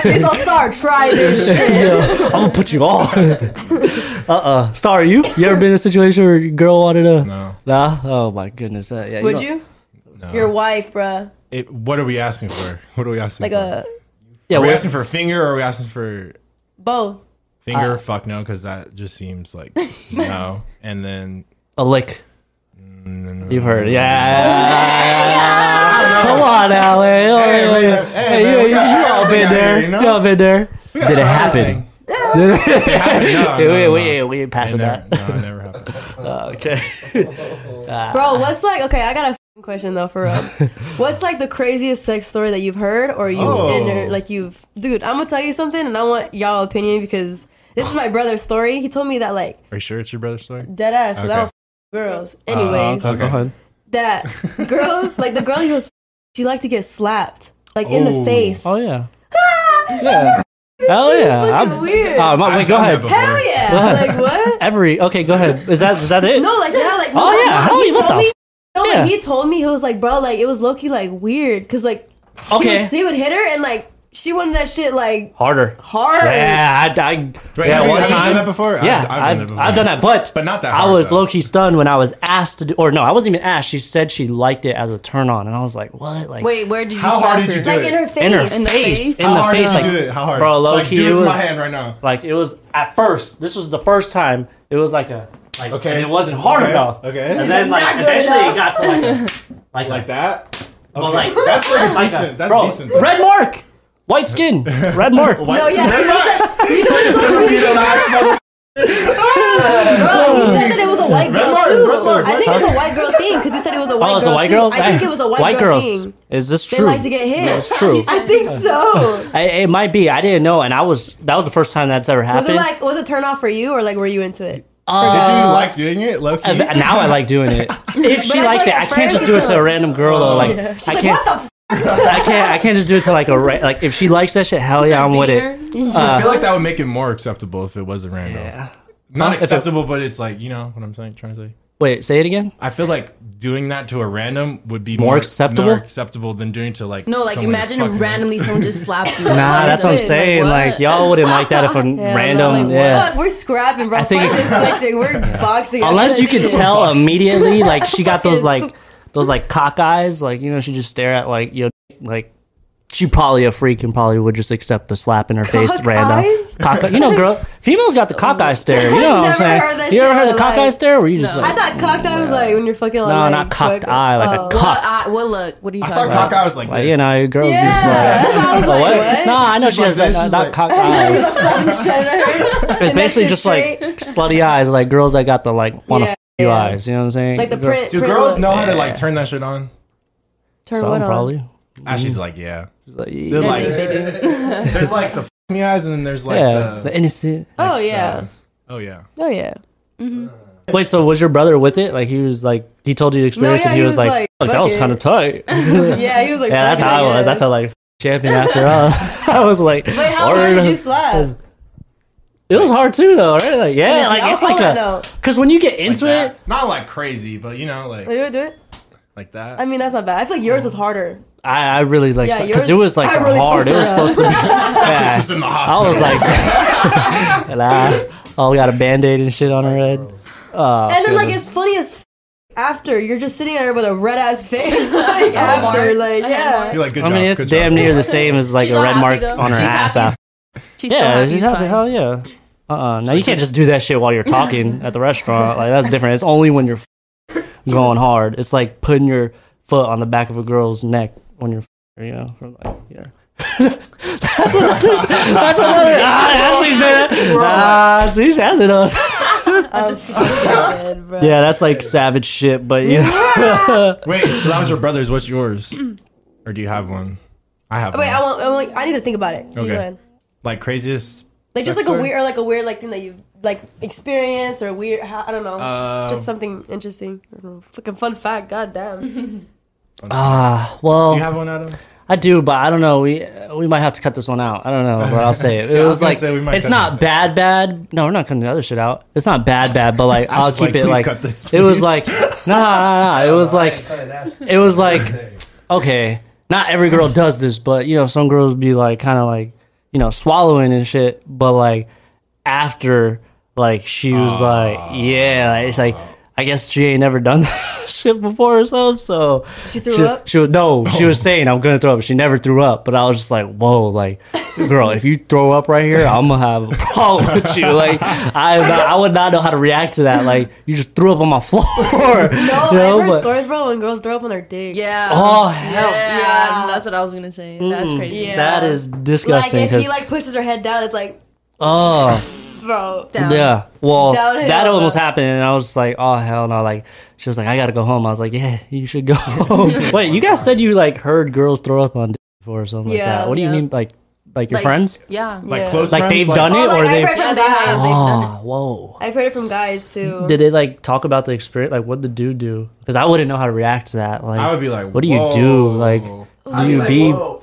Speaker 2: It's a star. Try this shit.
Speaker 3: I'm gonna put you on. uh uh. Star, you? You ever been in a situation where your girl wanted to?
Speaker 4: No.
Speaker 3: Nah? Oh my goodness. Uh, yeah,
Speaker 2: Would
Speaker 3: don't-
Speaker 2: you? Your wife, bruh.
Speaker 4: It, what are we asking for? What are we asking
Speaker 2: Like
Speaker 4: for?
Speaker 2: a
Speaker 3: Yeah,
Speaker 4: are we
Speaker 3: what-
Speaker 4: asking for a finger or are we asking for
Speaker 2: both.
Speaker 4: finger?
Speaker 2: Uh,
Speaker 4: Fuck no, because that just seems like no. And then
Speaker 3: a lick. You've heard, it. yeah. Come on, Alan. Oh,
Speaker 4: Hey,
Speaker 3: yeah,
Speaker 4: we-
Speaker 3: yeah.
Speaker 4: hey,
Speaker 3: Hey,
Speaker 4: man,
Speaker 3: you,
Speaker 4: we
Speaker 3: you,
Speaker 4: got
Speaker 3: you all
Speaker 4: everything
Speaker 3: been
Speaker 4: out
Speaker 3: there.
Speaker 4: here,
Speaker 3: You,
Speaker 4: you know?
Speaker 3: all been there. Did it happen?
Speaker 4: No,
Speaker 3: Hey,
Speaker 4: no,
Speaker 3: we,
Speaker 4: no.
Speaker 3: we, we ain't
Speaker 4: It
Speaker 3: passing
Speaker 4: never,
Speaker 3: that.
Speaker 4: no, it never happened.
Speaker 3: Okay.
Speaker 2: Bro, what's like? Okay, I got a f***ing question though, for real. what's like the craziest sex story that you've heard or you
Speaker 4: Oh.
Speaker 2: have like you've? Dude, I'm gonna tell you something, and I want y'all opinion because this is my brother's story. He told me that like
Speaker 4: Are you sure it's your brother's story?
Speaker 2: dead ass because I
Speaker 4: Okay.
Speaker 2: don't f- girls.
Speaker 3: Uh,
Speaker 2: Anyways,
Speaker 3: Go ahead.
Speaker 2: that girls like the girl he was, f- she liked to get slapped like in the
Speaker 4: Oh.
Speaker 2: face.
Speaker 3: Oh yeah. yeah. Oh yeah.
Speaker 2: fucking
Speaker 3: I'm,
Speaker 2: weird.
Speaker 3: Oh, my,
Speaker 4: I've
Speaker 3: wait, go
Speaker 4: done that
Speaker 3: ahead.
Speaker 4: before.
Speaker 2: Hell yeah! like what?
Speaker 3: Every okay, go ahead. Is that is that it?
Speaker 2: No, like yeah, like no,
Speaker 3: Oh, yeah,
Speaker 2: no,
Speaker 3: hell
Speaker 2: he
Speaker 3: yeah, what
Speaker 2: told
Speaker 3: the
Speaker 2: me.
Speaker 3: f-
Speaker 2: no, like,
Speaker 3: Yeah.
Speaker 2: he told me he was like, bro, like it was low key like weird because like she
Speaker 3: Okay.
Speaker 2: would, he would hit her and like she wanted that shit like
Speaker 3: Harder.
Speaker 2: hard.
Speaker 3: Yeah, I, I yeah,
Speaker 4: have
Speaker 3: one
Speaker 4: you ever
Speaker 3: time.
Speaker 4: done that before? I've-
Speaker 3: Yeah,
Speaker 4: I've done
Speaker 3: I've,
Speaker 4: that
Speaker 3: I've,
Speaker 4: before.
Speaker 3: done that, but
Speaker 4: But not that
Speaker 3: I
Speaker 4: hard,
Speaker 3: was
Speaker 4: though.
Speaker 3: low key stunned when I was asked to do, or no, I wasn't even asked. She said she liked it as a turn on, and I was like, what? Like
Speaker 5: Wait, where did you?
Speaker 4: How
Speaker 5: slap
Speaker 4: hard did
Speaker 5: her?
Speaker 4: you do
Speaker 2: Like
Speaker 4: it?
Speaker 2: in her face.
Speaker 3: in her
Speaker 5: In the
Speaker 3: face,
Speaker 5: face?
Speaker 3: in
Speaker 4: How
Speaker 3: the
Speaker 4: hard
Speaker 3: face,
Speaker 4: did
Speaker 3: like
Speaker 4: you do it? How hard?
Speaker 3: bro, low
Speaker 4: like,
Speaker 3: key,
Speaker 4: do
Speaker 3: it
Speaker 4: it to my
Speaker 3: was-
Speaker 4: hand right now.
Speaker 3: like it was at first. This was the first time. It was like a like,
Speaker 4: Okay.
Speaker 3: and it wasn't hard
Speaker 4: Okay.
Speaker 3: enough.
Speaker 4: Okay.
Speaker 3: and then
Speaker 2: Not
Speaker 3: like
Speaker 2: good
Speaker 3: eventually
Speaker 2: enough.
Speaker 3: it got to like a, like
Speaker 4: Like
Speaker 3: that.
Speaker 4: that?
Speaker 3: But like
Speaker 4: That's like
Speaker 3: like a-
Speaker 4: decent. That's
Speaker 3: bro,
Speaker 4: decent.
Speaker 3: red mark, white skin, red mark.
Speaker 2: No, yeah.
Speaker 4: Red mark.
Speaker 2: You know, it's so
Speaker 4: You
Speaker 2: weird.
Speaker 4: the last mother-
Speaker 2: Bro, he said that it was a white girl
Speaker 4: Red
Speaker 2: too.
Speaker 4: red mark.
Speaker 2: I think it's a white girl thing because he said it was a white
Speaker 3: oh,
Speaker 2: girl.
Speaker 3: it's a white
Speaker 2: too.
Speaker 3: girl.
Speaker 2: I think it was a white, girl
Speaker 3: girls.
Speaker 2: thing.
Speaker 3: Is this
Speaker 2: They
Speaker 3: true?
Speaker 2: like to get hit.
Speaker 3: That's true.
Speaker 2: I think so.
Speaker 3: I, it might be. I didn't know, and I was. That was the first time that's ever
Speaker 2: Was
Speaker 3: happened.
Speaker 2: it like was it turn off for you or like were you into it?
Speaker 4: Did you like doing it, Loki?
Speaker 3: Uh, now I like doing it. If she
Speaker 2: But I
Speaker 3: likes
Speaker 2: feel
Speaker 3: it, I
Speaker 2: like
Speaker 3: can't
Speaker 2: at
Speaker 3: just do it
Speaker 2: first-
Speaker 3: to a random girl though. Like
Speaker 2: Yeah. She's
Speaker 3: I
Speaker 2: like,
Speaker 3: can't.
Speaker 2: what the f-?
Speaker 3: I can't. I can't just do it to like a ra- like. If she likes that shit, hell yeah, I'm with it.
Speaker 4: I feel like that would make it more acceptable if it was a random. Not
Speaker 3: If it-
Speaker 4: acceptable, but it's like you know what I'm saying. Trying to say.
Speaker 3: Wait, say it again.
Speaker 4: I feel like doing that to a random would be
Speaker 3: More acceptable?
Speaker 4: more acceptable than doing it to like
Speaker 5: No, like
Speaker 4: someone you
Speaker 5: imagine
Speaker 4: fucking
Speaker 5: randomly someone just slaps you.
Speaker 3: Nah, Ah, that's what I'm saying. Like, y'all wouldn't like that if a
Speaker 5: no,
Speaker 3: random.
Speaker 5: like,
Speaker 3: yeah.
Speaker 2: Fuck, we're scrapping, bro.
Speaker 3: I think-
Speaker 2: Fuck this section. We're boxing.
Speaker 3: Unless you
Speaker 2: Fuck
Speaker 3: can
Speaker 2: this
Speaker 3: tell immediately, like she got those
Speaker 2: Fucking
Speaker 3: like those like cock eyes, like you know she just stare at like you know, like she probably a freak and probably would just accept the slap in her face
Speaker 2: Cock
Speaker 3: random.
Speaker 2: eyes?
Speaker 3: Cock, you know, girl, females got the cock eye stare. You know
Speaker 2: I've
Speaker 3: what I'm
Speaker 2: never
Speaker 3: saying?
Speaker 2: heard that
Speaker 3: you ever
Speaker 2: shit
Speaker 3: heard
Speaker 2: in
Speaker 3: the
Speaker 2: my
Speaker 3: cock eye
Speaker 2: life.
Speaker 3: stare? Were you just
Speaker 2: I
Speaker 3: like,
Speaker 2: thought cocked eye was like when you're fucking like
Speaker 3: no,
Speaker 2: like,
Speaker 3: not cocked
Speaker 2: fuck-
Speaker 3: eye, like
Speaker 2: oh.
Speaker 3: a cock.
Speaker 5: What, I, what look? What are you
Speaker 4: I
Speaker 5: talking
Speaker 4: thought
Speaker 5: about?
Speaker 4: cock was like
Speaker 3: Like,
Speaker 4: this.
Speaker 3: you know, girls
Speaker 2: Yeah,
Speaker 3: just
Speaker 2: that's
Speaker 3: like.
Speaker 2: what I was
Speaker 3: Oh,
Speaker 2: like,
Speaker 3: what? No, I know
Speaker 4: She's
Speaker 3: she has
Speaker 4: like
Speaker 3: that, not,
Speaker 4: this, she's
Speaker 3: not
Speaker 4: like-
Speaker 3: cock eyes.
Speaker 2: Slapping the shit out of her.
Speaker 3: It's
Speaker 2: And that
Speaker 3: basically
Speaker 2: shit
Speaker 3: just like
Speaker 2: straight.
Speaker 3: slutty eyes, like girls that got the like want to
Speaker 2: Yeah,
Speaker 3: f- you
Speaker 2: yeah.
Speaker 3: eyes. You know what I'm saying?
Speaker 2: like the
Speaker 3: Girl-
Speaker 2: print.
Speaker 4: Do
Speaker 2: print
Speaker 4: girls
Speaker 2: look.
Speaker 4: know um, how to like turn that shit on?
Speaker 2: Turn
Speaker 3: Some
Speaker 2: what uh, on?
Speaker 3: probably.
Speaker 4: Ashley's like, yeah.
Speaker 3: She's like,
Speaker 4: They're
Speaker 5: I think
Speaker 4: like,
Speaker 5: they do.
Speaker 4: there's like the f- me eyes, and then there's like uh,
Speaker 3: yeah,
Speaker 4: the,
Speaker 3: the innocent.
Speaker 2: Oh yeah.
Speaker 4: oh yeah.
Speaker 2: Oh yeah.
Speaker 3: Wait, so was your brother with it? Like he was like he told you the experience,
Speaker 2: yeah,
Speaker 3: and he, was, like, "Fuck, "That
Speaker 2: fuck
Speaker 3: was
Speaker 2: it."
Speaker 3: kind of tight." yeah,
Speaker 2: Yeah, he was like.
Speaker 3: that's
Speaker 2: fucking
Speaker 3: how I was. I
Speaker 2: yes.
Speaker 3: felt like champion after all. I was like,
Speaker 2: Wait, how hard
Speaker 3: "Word."
Speaker 2: did you slap?
Speaker 3: it was hard too, though, right? Like, yeah, like
Speaker 2: I
Speaker 3: it's like
Speaker 2: wanna
Speaker 3: a
Speaker 2: know.
Speaker 3: because when you get into
Speaker 4: That.
Speaker 3: it,
Speaker 4: Not like crazy, but you know, like
Speaker 2: Are you gonna do it?
Speaker 4: like that.
Speaker 2: I mean, that's not bad. I feel like yours was harder.
Speaker 3: I, I really like
Speaker 2: Yeah, yours-
Speaker 3: because it was like
Speaker 2: I really
Speaker 3: hard. It was
Speaker 2: fucked up.
Speaker 3: supposed to be. Yeah.
Speaker 4: Just in the
Speaker 3: I
Speaker 4: hospital.
Speaker 3: was like, and I, oh, we got a band aid and shit on her head. Uh,
Speaker 2: and then like it's funny as f- after you're just sitting there with a red ass face like after like yeah.
Speaker 4: You're like, good
Speaker 3: I
Speaker 4: job.
Speaker 3: mean, it's
Speaker 4: good
Speaker 3: damn
Speaker 4: job.
Speaker 3: near the same as like
Speaker 5: She's
Speaker 3: a
Speaker 5: all
Speaker 3: red
Speaker 5: happy,
Speaker 3: mark
Speaker 5: though.
Speaker 3: on her
Speaker 5: She's
Speaker 3: ass.
Speaker 5: happy.
Speaker 3: after.
Speaker 5: She's still
Speaker 3: Yeah,
Speaker 5: happy.
Speaker 3: she's
Speaker 5: She's
Speaker 3: happy.
Speaker 5: fine.
Speaker 3: Hell yeah. Uh uh Now you can't just do that shit while you're talking at the restaurant. Like that's different. It's only when you're f- going hard. It's like putting your foot on the back of a girl's neck when you're, f- you know, from like yeah. that's another. Ah, Ashley said it. Ah, see, she has it on.
Speaker 2: Good, bro.
Speaker 3: Yeah, that's like savage shit. But you know,
Speaker 4: Wait, so that was your brother's. What's yours? or do you have one? I have.
Speaker 2: Wait,
Speaker 4: one.
Speaker 2: I want, I want. I need to think about it. You
Speaker 4: Okay.
Speaker 2: go ahead.
Speaker 4: like craziest.
Speaker 2: Like just
Speaker 4: sex
Speaker 2: like a
Speaker 4: toy?
Speaker 2: weird, or like a weird like thing that you've like experienced or weird. how- I don't know.
Speaker 4: Uh,
Speaker 3: Um,
Speaker 2: just something interesting. I don't know. Fucking fun fact. God damn.
Speaker 3: ah, well,
Speaker 4: Do
Speaker 5: Oh.
Speaker 4: you have one, Adam?
Speaker 3: I do, but I don't know. We we might have to cut this one out. I don't know, but I'll say it. It
Speaker 4: was
Speaker 3: was,
Speaker 4: gonna
Speaker 3: like
Speaker 4: say we might
Speaker 3: it's
Speaker 4: cut
Speaker 3: not
Speaker 4: this
Speaker 3: bad, bad. No, we're not cutting the other shit out. It's not bad, bad, but like I'll
Speaker 4: just
Speaker 3: keep
Speaker 4: like,
Speaker 3: it
Speaker 4: please
Speaker 3: like
Speaker 4: cut this,
Speaker 3: it was
Speaker 4: please.
Speaker 3: like nah, nah, nah. It was like it was like okay. Not every girl does this, but you know some girls be like kind of like you know swallowing and shit. But like after like she was
Speaker 4: Ah.
Speaker 3: like yeah, like, it's like. I guess she ain't never done that shit before herself, so
Speaker 2: She threw
Speaker 3: she,
Speaker 2: up.
Speaker 3: she was no, she was saying I'm gonna throw up. She never threw up, but I was just like, whoa, like, girl, if you throw up right here, I'm gonna have a problem with you. Like, I I would not know how to react to that. Like, you just threw up on my floor. No,
Speaker 2: Oh, I've heard stories, bro, when girls throw up on their dick.
Speaker 5: Yeah.
Speaker 3: Oh, hell.
Speaker 5: yeah.
Speaker 2: Yeah.
Speaker 5: That's what I was gonna say. That's crazy.
Speaker 2: Yeah.
Speaker 3: that is
Speaker 2: Like
Speaker 3: disgusting.
Speaker 2: if
Speaker 3: 'cause-
Speaker 2: he like pushes her head down, it's like,
Speaker 3: oh,
Speaker 2: bro.
Speaker 5: Down.
Speaker 3: yeah. Well,
Speaker 2: Downhill,
Speaker 3: that almost
Speaker 2: uh,
Speaker 3: happened, and I was like, oh hell no. Like, she was like, I gotta go home. I was like, yeah, you should go home. Wait, you guys said you like heard girls throw up on dick before or something
Speaker 2: Yeah,
Speaker 3: like that. What do you
Speaker 5: yeah.
Speaker 3: mean, like, like your
Speaker 5: Like-
Speaker 3: friends?
Speaker 5: Yeah.
Speaker 4: Like
Speaker 2: Yeah.
Speaker 4: close.
Speaker 3: Like
Speaker 4: friends?
Speaker 3: they've done
Speaker 2: Oh,
Speaker 3: it,
Speaker 2: like
Speaker 3: or
Speaker 2: I've
Speaker 3: they.
Speaker 2: heard
Speaker 5: Yeah,
Speaker 2: from
Speaker 5: they have.
Speaker 2: guys.
Speaker 5: They've done
Speaker 3: Oh, whoa.
Speaker 2: I've heard it from guys too.
Speaker 3: Did they like talk about the experience? Like, what the dude do? Because I wouldn't know how to react to that. Like,
Speaker 4: I would be like,
Speaker 3: what do you do?
Speaker 4: "Whoa."
Speaker 3: Like, do you be?
Speaker 7: Whoa.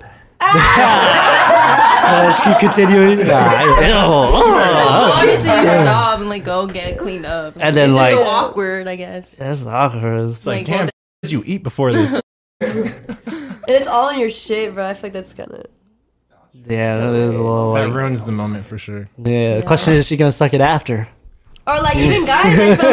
Speaker 3: Let's keep continuing. Nah, ew. Oh,
Speaker 5: Obviously, you stop and like go get cleaned up.
Speaker 3: And then,
Speaker 5: it's just
Speaker 3: like-
Speaker 5: so awkward, I guess.
Speaker 3: that's awkward. It's like,
Speaker 4: like, damn, did you eat before this?
Speaker 2: And it's all in your shit, bro. I feel like that's kind of.
Speaker 3: yeah, that is a little.
Speaker 4: that
Speaker 3: Like,
Speaker 4: ruins the moment for sure.
Speaker 3: yeah. The question is, is she gonna suck it after?
Speaker 2: Or like even guys, I feel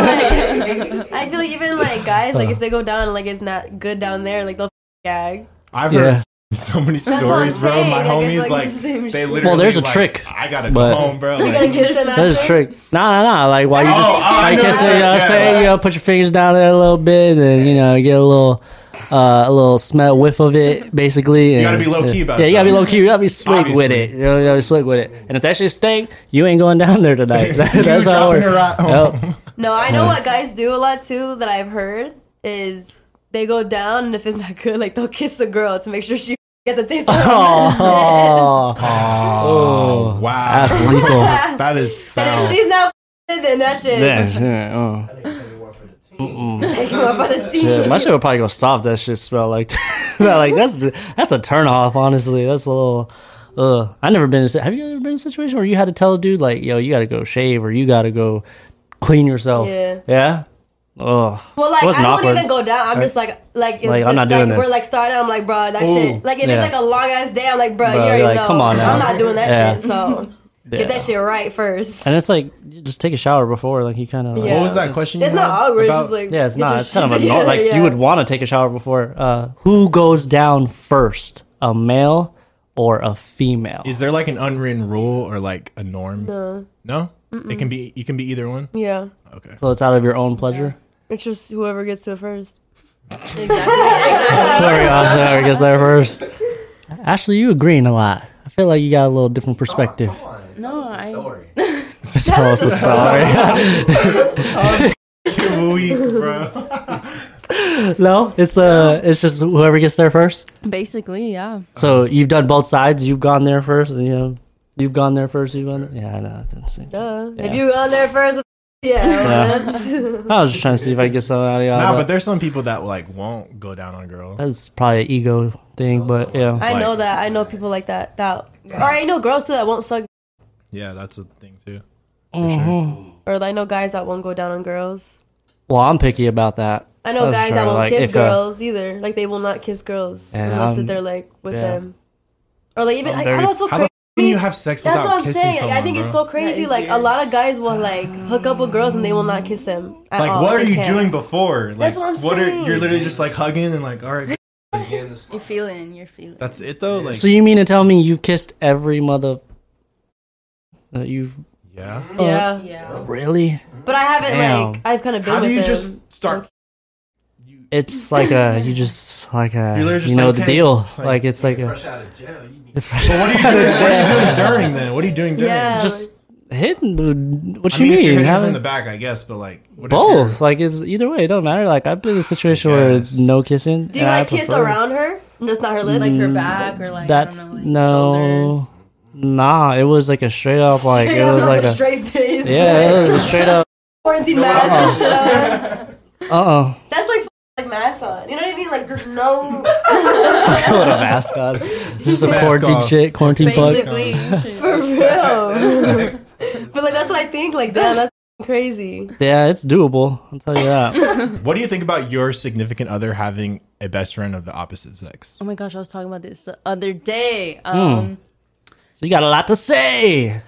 Speaker 2: like I feel like even like guys, like if they go down, like it's not good down there, like they'll gag.
Speaker 4: I've
Speaker 3: Yeah.
Speaker 4: heard so many
Speaker 2: what I'm
Speaker 4: stories, bro.
Speaker 2: saying.
Speaker 4: My
Speaker 2: Like, it's
Speaker 4: homies,
Speaker 2: like
Speaker 4: like,
Speaker 2: the same
Speaker 4: they
Speaker 2: shit.
Speaker 4: literally.
Speaker 3: Well, there's a
Speaker 4: like,
Speaker 3: trick,
Speaker 4: I gotta
Speaker 3: but-
Speaker 4: go home, bro.
Speaker 2: You
Speaker 4: Like,
Speaker 2: gotta kiss them
Speaker 3: That's a
Speaker 2: after.
Speaker 3: trick. Nah, nah, nah. Like, why you
Speaker 4: Oh,
Speaker 3: just?
Speaker 4: I
Speaker 3: I
Speaker 4: know
Speaker 3: guess uh, you know
Speaker 4: that,
Speaker 3: what I'm
Speaker 4: yeah.
Speaker 3: saying. You know, put your fingers down there a little bit, and you know, get a little, uh, a little smell whiff of it, basically.
Speaker 4: You gotta
Speaker 3: and-
Speaker 4: be low-key about
Speaker 3: yeah,
Speaker 4: it,
Speaker 3: Yeah, you gotta be
Speaker 4: though.
Speaker 3: low key. You gotta be slick with
Speaker 4: Obviously.
Speaker 3: it. You know, you gotta be slick with it. And if it's actually a steak, you ain't going down there tonight. That's how it
Speaker 4: dropping
Speaker 3: works.
Speaker 4: her out.
Speaker 3: Yep.
Speaker 2: No, I
Speaker 3: Uh-huh.
Speaker 2: know what guys do a lot too that I've heard is they go down and if it's not good, like they'll kiss the girl to make sure she gets a taste of it.
Speaker 3: Oh,
Speaker 4: Oh, wow.
Speaker 3: that's lethal.
Speaker 4: that is
Speaker 2: And if
Speaker 4: foul.
Speaker 2: she's not f***ing, then that shit.
Speaker 3: Yeah, yeah, oh.
Speaker 2: Take him up on a team.
Speaker 3: Yeah, my shit would probably go soft. That shit smell like that. Like that's that's a turn off. Honestly, that's a little. Ugh. I never been. In, a si- have you ever been in a situation where you had to tell a dude like, "Yo, you gotta go shave or you gotta go clean yourself"?
Speaker 2: Yeah.
Speaker 3: Yeah. Ugh.
Speaker 2: Well, like
Speaker 3: It wasn't
Speaker 2: I don't
Speaker 3: awkward.
Speaker 2: even go down. I'm just like, like,
Speaker 3: Like,
Speaker 2: it's-
Speaker 3: I'm not
Speaker 2: like,
Speaker 3: doing this.
Speaker 2: We're like starting. I'm like, bro, that
Speaker 3: Ooh,
Speaker 2: shit. Like, if
Speaker 3: yeah.
Speaker 2: it's like a long ass day, I'm like, bro, you
Speaker 3: Bruh,
Speaker 2: already
Speaker 3: you're like,
Speaker 2: know.
Speaker 3: come on now.
Speaker 2: I'm not doing that
Speaker 3: Yeah.
Speaker 2: shit. So
Speaker 3: Yeah.
Speaker 2: get that shit right first.
Speaker 3: And it's like you just take a shower before. Like you kind of.
Speaker 2: Yeah.
Speaker 4: What was that question? you
Speaker 2: It's not
Speaker 4: had
Speaker 2: awkward. It's
Speaker 4: about-
Speaker 2: just like
Speaker 3: Yeah, it's
Speaker 2: get
Speaker 3: not.
Speaker 2: your
Speaker 3: It's kind of
Speaker 2: shit
Speaker 3: a no-
Speaker 2: together,
Speaker 3: like
Speaker 2: yeah.
Speaker 3: you would want to take a shower before. Uh, who goes down first, a male or a female?
Speaker 4: Is there like an unwritten rule or like a norm? No. It can be. You can be either one.
Speaker 2: Yeah,
Speaker 4: Okay.
Speaker 3: so it's out of your own pleasure.
Speaker 2: it's just whoever gets to it first.
Speaker 3: Sorry, I was- I guess there first. Ashley, you agreeing a lot. I feel like you got a little different perspective.
Speaker 5: No, I.
Speaker 7: Story.
Speaker 3: Tell us a story.
Speaker 4: bro.
Speaker 3: no, it's uh, it's just whoever gets there first.
Speaker 5: Basically, yeah.
Speaker 3: So you've done both sides. You've gone there first. You know, you've gone there first. You've gone. There. Yeah, I know. It doesn't seem-
Speaker 2: Uh,
Speaker 3: Yeah.
Speaker 2: If you on there first, yeah.
Speaker 3: I was just trying to see if I could get some out of y'all.
Speaker 4: Nah, but
Speaker 3: but
Speaker 4: there's some people that like won't go down on a girl.
Speaker 3: that's probably an ego thing. But yeah,
Speaker 2: I know
Speaker 4: Like-
Speaker 2: that. I know people like that. That or I know girls too that won't suck,
Speaker 4: Yeah, that's a thing too.
Speaker 3: Mm-hmm.
Speaker 2: or I know guys that won't go down on girls.
Speaker 3: well, I'm picky about that.
Speaker 2: I know
Speaker 3: I'm
Speaker 2: guys
Speaker 3: sure,
Speaker 2: that won't
Speaker 3: like,
Speaker 2: kiss
Speaker 3: if, uh,
Speaker 2: girls either. Like they will not kiss girls
Speaker 3: And
Speaker 2: unless
Speaker 4: um,
Speaker 3: I'm-
Speaker 2: that they're like with
Speaker 3: yeah.
Speaker 2: them, or like even
Speaker 3: I'm
Speaker 2: like,
Speaker 3: very-
Speaker 2: I don't so
Speaker 4: How
Speaker 2: crazy.
Speaker 4: the f- can you have sex
Speaker 2: That's
Speaker 4: without
Speaker 2: what I'm
Speaker 4: kissing
Speaker 2: saying.
Speaker 4: someone?
Speaker 2: I think
Speaker 4: bro?
Speaker 2: it's so crazy.
Speaker 5: is
Speaker 2: Like a
Speaker 5: weird.
Speaker 2: lot of guys will like hook up with girls and they will not kiss them. At
Speaker 4: Like,
Speaker 2: all.
Speaker 4: what are
Speaker 2: They
Speaker 4: you
Speaker 2: can't.
Speaker 4: doing before? Like,
Speaker 2: That's what I'm
Speaker 4: are
Speaker 2: saying.
Speaker 4: you're literally just like hugging and like, all right,
Speaker 7: Again, the story.
Speaker 5: You're feeling. You're feeling.
Speaker 4: that's it though. Like,
Speaker 3: So you mean to tell me you've kissed every mother? Uh, you've uh,
Speaker 4: yeah.
Speaker 2: Yeah,
Speaker 5: yeah.
Speaker 3: really?
Speaker 2: but I haven't
Speaker 3: Damn.
Speaker 2: like I've kind of been
Speaker 4: How
Speaker 2: with
Speaker 4: do you
Speaker 2: them.
Speaker 4: just start?
Speaker 3: It's like a you just like a
Speaker 4: You're literally just
Speaker 3: you know
Speaker 4: like,
Speaker 3: the
Speaker 4: okay,
Speaker 3: deal.
Speaker 4: it's
Speaker 3: Like,
Speaker 4: like-
Speaker 3: it's like a
Speaker 7: Fresh out of jail, you need
Speaker 4: Well, what are you doing? what are you doing during then? What are you doing during?
Speaker 2: yeah,
Speaker 3: just hitting. dude. What
Speaker 4: I
Speaker 3: you
Speaker 4: mean, if
Speaker 3: mean?
Speaker 4: you're hitting
Speaker 3: Having
Speaker 4: from the back, I guess, but like what if you're-
Speaker 3: both like it's either way. It don't matter. Like I've been in a situation where it's
Speaker 4: guess.
Speaker 3: no kissing.
Speaker 2: do you
Speaker 3: and I
Speaker 2: like kiss
Speaker 3: prefer-
Speaker 2: around her? And Just not her lips.
Speaker 5: Like your back or like
Speaker 3: That's
Speaker 5: I don't know,
Speaker 3: no,
Speaker 5: like shoulders.
Speaker 3: nah. It was like a straight up like
Speaker 2: Straight
Speaker 3: it
Speaker 2: up,
Speaker 3: was
Speaker 2: not
Speaker 3: like
Speaker 2: the
Speaker 3: a
Speaker 2: straight face.
Speaker 3: yeah. It was a straight up.
Speaker 2: quarantine mask and shit on.
Speaker 3: Uh oh.
Speaker 2: That's like f- like mask on. You know what I mean? Like just no.
Speaker 3: Put a mask on. Just a
Speaker 4: Mask
Speaker 3: quarantine
Speaker 4: off.
Speaker 3: shit. Quarantine bug.
Speaker 5: Basically, you should-
Speaker 2: For real. but like that's what I think. Like damn, that's crazy.
Speaker 3: Yeah, it's doable. I'll tell you that.
Speaker 4: What do you think about your significant other having a best friend of the opposite sex?
Speaker 5: Oh my gosh, I was talking about this the other day. Um,
Speaker 3: So you got a lot to say.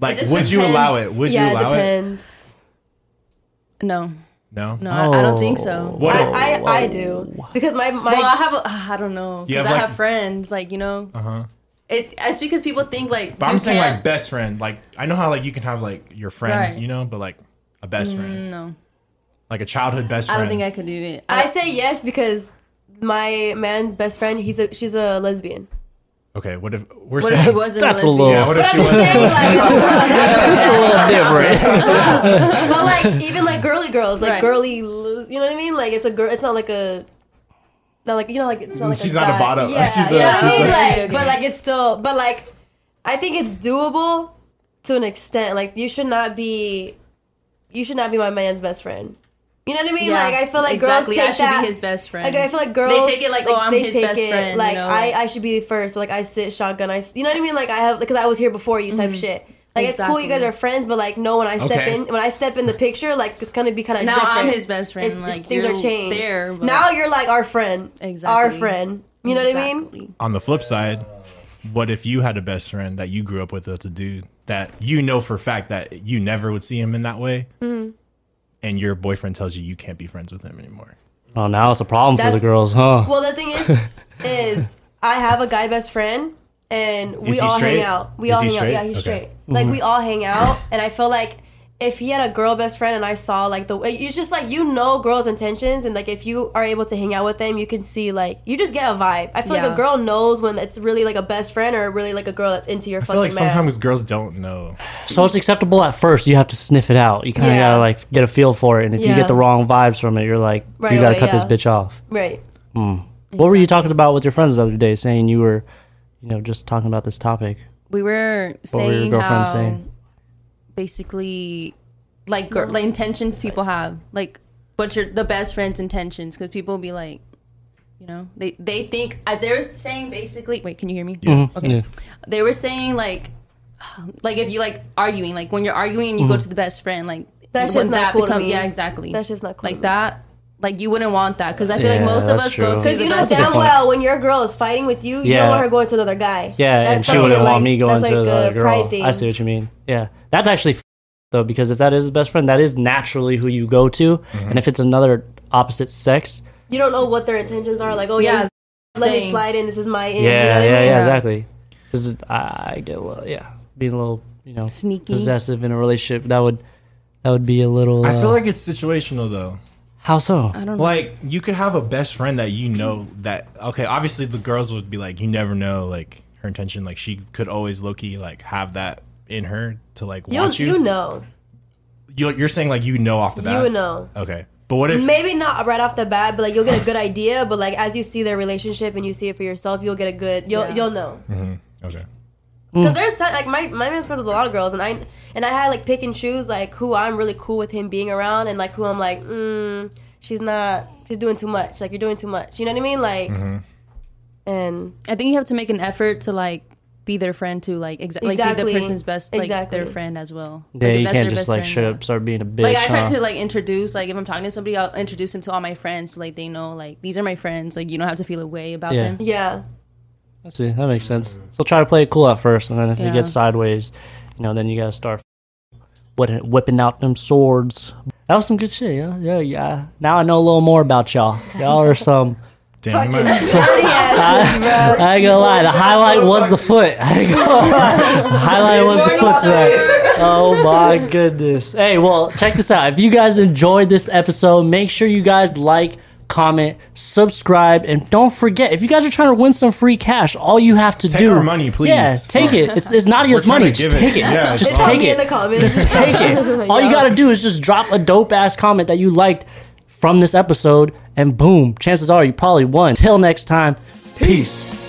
Speaker 4: Like, would
Speaker 5: just
Speaker 4: you allow
Speaker 5: depends.
Speaker 4: it? Would
Speaker 2: yeah,
Speaker 4: you allow
Speaker 2: it
Speaker 4: it?
Speaker 2: depends.
Speaker 5: No,
Speaker 4: No.
Speaker 5: no, I, I don't think so.
Speaker 4: What? if-
Speaker 2: I, I I do because my my
Speaker 5: Well, I have, a, I don't know,
Speaker 4: You
Speaker 5: because
Speaker 4: have,
Speaker 5: I
Speaker 4: like-
Speaker 5: have friends, like you know. Uh huh. It, it's because people think like.
Speaker 4: uh-huh. but
Speaker 5: you
Speaker 4: I'm saying like
Speaker 5: can't-
Speaker 4: best friend. Like, I know how like you can have like your friends,
Speaker 5: Right.
Speaker 4: you know, but like a best friend,
Speaker 5: No,
Speaker 4: like a childhood best
Speaker 5: I
Speaker 4: friend.
Speaker 5: don't think I could do it.
Speaker 2: I say yes because my man's best friend. He's a she's a lesbian.
Speaker 4: Okay, what if we're
Speaker 5: What if
Speaker 4: saying?
Speaker 5: it wasn't?
Speaker 3: That's a
Speaker 5: lesbian?
Speaker 3: little-
Speaker 4: yeah, what if she
Speaker 2: I'm just
Speaker 4: was?
Speaker 2: saying, like,
Speaker 3: a little different.
Speaker 2: but like even like girly girls, like
Speaker 5: Right.
Speaker 2: girly, les- you know what I mean? Like it's a girl. It's not like a. Not like you know, like it's not like
Speaker 4: She's
Speaker 2: a
Speaker 4: not a
Speaker 2: guy.
Speaker 4: bottom.
Speaker 2: Yeah,
Speaker 4: She's a-
Speaker 2: you know
Speaker 5: she's
Speaker 2: what I
Speaker 5: a-
Speaker 2: mean? Like,
Speaker 5: Okay, okay.
Speaker 2: but like it's still, but like, I think it's doable to an extent. Like you should not be, you should not be my man's best friend. You know what I mean?
Speaker 5: Yeah,
Speaker 2: like I feel like
Speaker 5: exactly.
Speaker 2: girls
Speaker 5: I
Speaker 2: take
Speaker 5: should
Speaker 2: that.
Speaker 5: be his best friend.
Speaker 2: Like I feel like girls,
Speaker 5: take it like, oh, I'm
Speaker 2: they
Speaker 5: his
Speaker 2: take
Speaker 5: best friend, you
Speaker 2: Like
Speaker 5: know?
Speaker 2: I, I should be first. Like I sit shotgun. I, s- you know what I mean? Like I have, because I was here before you type shit. Like it's cool, you guys
Speaker 5: Exactly.
Speaker 2: are friends, but like no, when I step
Speaker 4: Okay.
Speaker 2: in, when I step in the picture, like it's gonna be kind of
Speaker 5: Now
Speaker 2: different.
Speaker 5: I'm his best friend.
Speaker 2: It's just-
Speaker 5: like
Speaker 2: things
Speaker 5: you're
Speaker 2: are changed.
Speaker 5: There, but
Speaker 2: now you're like our friend, our
Speaker 5: Exactly.
Speaker 2: friend. You know what I mean?
Speaker 5: Exactly.
Speaker 4: On the flip side, what if you had a best friend that you grew up with that's a dude that you know for a fact that you never would see him in that way, and your boyfriend tells you you can't be friends with him anymore?
Speaker 3: Oh, now it's a problem for the
Speaker 2: That's-
Speaker 3: girls, huh?
Speaker 2: Well, the thing is, is I have a guy best friend, and we
Speaker 4: he
Speaker 2: all
Speaker 4: straight?
Speaker 2: hang out. We
Speaker 4: Is
Speaker 2: all
Speaker 4: he
Speaker 2: hang
Speaker 4: straight?
Speaker 2: out. Yeah, he's
Speaker 4: Okay.
Speaker 2: straight. Like we all hang out, and I feel like if he had a girl best friend and I saw like the way it's just like you know girls' intentions and like if you are able to hang out with them, you can see like you just get a vibe. I feel like
Speaker 5: Yeah.
Speaker 2: a girl knows when it's really like a best friend or really like a girl that's into your
Speaker 4: I
Speaker 2: fucking
Speaker 4: feel like
Speaker 2: man.
Speaker 4: sometimes girls don't know.
Speaker 3: So it's acceptable at first. You have to sniff it out. You kind of
Speaker 2: Yeah.
Speaker 3: gotta like get a feel for it. And if you
Speaker 2: Yeah.
Speaker 3: get the wrong vibes from it, you're like,
Speaker 2: Right
Speaker 3: you gotta
Speaker 2: away,
Speaker 3: cut this
Speaker 2: yeah.
Speaker 3: bitch off.
Speaker 2: right.
Speaker 3: What were you talking about with your friends the other day? Saying you were, you know, just talking about this topic.
Speaker 5: we were
Speaker 3: What were your
Speaker 5: saying how
Speaker 3: girlfriends saying?
Speaker 5: basically like gir- like intentions people have like but your the best friend's intentions because people be like you know they they think uh, they're saying basically wait can you hear me okay
Speaker 3: Yeah.
Speaker 5: they were saying like like if you like arguing like when you're arguing and you go to the best friend like
Speaker 2: That's
Speaker 5: when
Speaker 2: just not cool to me.
Speaker 5: yeah exactly
Speaker 2: That's just not cool to
Speaker 5: like
Speaker 2: me.
Speaker 5: that like you wouldn't want that because I feel
Speaker 3: Yeah,
Speaker 5: like most of
Speaker 3: that's
Speaker 5: us go
Speaker 3: true.
Speaker 5: to
Speaker 2: Because
Speaker 5: the
Speaker 2: you know
Speaker 5: best
Speaker 2: damn
Speaker 5: friend.
Speaker 2: well when your girl is fighting with you, you
Speaker 3: Yeah.
Speaker 2: don't want her going to another guy.
Speaker 3: Yeah,
Speaker 2: That's
Speaker 3: and she
Speaker 2: fucking,
Speaker 3: wouldn't
Speaker 2: like-
Speaker 3: want me going
Speaker 2: that's,
Speaker 3: to
Speaker 2: like,
Speaker 3: the
Speaker 2: a
Speaker 3: girl.
Speaker 2: pride thing.
Speaker 3: I see what you mean. Yeah, that's actually f- though because if that is the best friend, that is naturally who you go to,
Speaker 4: Mm-hmm.
Speaker 3: and if it's another opposite sex,
Speaker 2: You don't know what their intentions are. Like, oh yeah,
Speaker 5: yeah
Speaker 2: let me
Speaker 5: same.
Speaker 2: slide in. This is my end.
Speaker 3: yeah,
Speaker 2: you know what
Speaker 3: yeah,
Speaker 2: I mean?
Speaker 3: yeah,
Speaker 5: Yeah.
Speaker 3: exactly. Because I I get a little, yeah, being a little, you know,
Speaker 5: Sneaky.
Speaker 3: possessive in a relationship. That would that would be a little.
Speaker 4: I
Speaker 3: uh,
Speaker 4: feel like it's situational though.
Speaker 3: how so?
Speaker 4: Like you could have a best friend that you know that okay, obviously the girls would be like, you never know like her intention. Like she could always low key like have that in her to like
Speaker 2: You
Speaker 4: want you.
Speaker 2: you know,
Speaker 4: You're, you're saying like you know off the bat.
Speaker 2: you know.
Speaker 4: Okay, but what if
Speaker 2: Maybe not right off the bat, but like you'll get a good idea. But like as you see their relationship and you see it for yourself, you'll get a good. You'll
Speaker 5: Yeah.
Speaker 2: you'll know.
Speaker 4: okay?
Speaker 3: Mm.
Speaker 2: Because there's time, like my my man's friends with a lot of girls, and I and I had like pick and choose like who I'm really cool with him being around, and like who I'm like, mm, she's not, she's doing too much. Like you're doing too much. You know what I mean? Like,
Speaker 3: Mm-hmm.
Speaker 2: and
Speaker 5: I think you have to make an effort to like be their friend to like exa- like be
Speaker 2: Exactly.
Speaker 5: the person's best like
Speaker 2: Exactly.
Speaker 5: their friend as well.
Speaker 3: Yeah,
Speaker 5: like, if
Speaker 3: you
Speaker 5: that's
Speaker 3: can't
Speaker 5: their
Speaker 3: just
Speaker 5: best
Speaker 3: like
Speaker 5: friend,
Speaker 3: straight
Speaker 5: yeah.
Speaker 3: up start being a bitch.
Speaker 5: Like I tried
Speaker 3: huh?
Speaker 5: to like introduce like if I'm talking to somebody, I'll introduce them to all my friends so like they know like these are my friends. Like you don't have to feel a way about
Speaker 3: Yeah.
Speaker 5: them.
Speaker 2: yeah,
Speaker 3: I see, that makes sense. So try to play it cool at first, and then if it
Speaker 5: Mm. Yeah.
Speaker 3: gets sideways, you know, then you gotta start whipping, whipping out them swords. That was some good shit, yeah, yeah, yeah. Now I know a little more about y'all. Y'all are some.
Speaker 4: Damn, you might-
Speaker 3: I ain't gonna lie, the highlight was the foot. I ain't gonna lie. The highlight was the foot tonight. Oh my goodness. Hey, well, check this out. If you guys enjoyed this episode, make sure you guys like, comment, subscribe, and don't forget, if you guys are trying to win some free cash, all you have to
Speaker 4: Take
Speaker 3: do
Speaker 4: our money, please.
Speaker 3: Yeah, take it. It's it's
Speaker 4: We're
Speaker 3: Nadia's
Speaker 4: trying
Speaker 3: money.
Speaker 4: to
Speaker 3: Just
Speaker 4: give
Speaker 3: take it.
Speaker 4: Yeah,
Speaker 3: Just
Speaker 4: just
Speaker 2: Tell
Speaker 3: take
Speaker 2: me
Speaker 3: it.
Speaker 2: in the comments.
Speaker 3: Just take it. All you
Speaker 2: Yeah.
Speaker 3: gotta do is just drop a dope ass comment that you liked from this episode, and boom, chances are you probably won. Till next time, peace.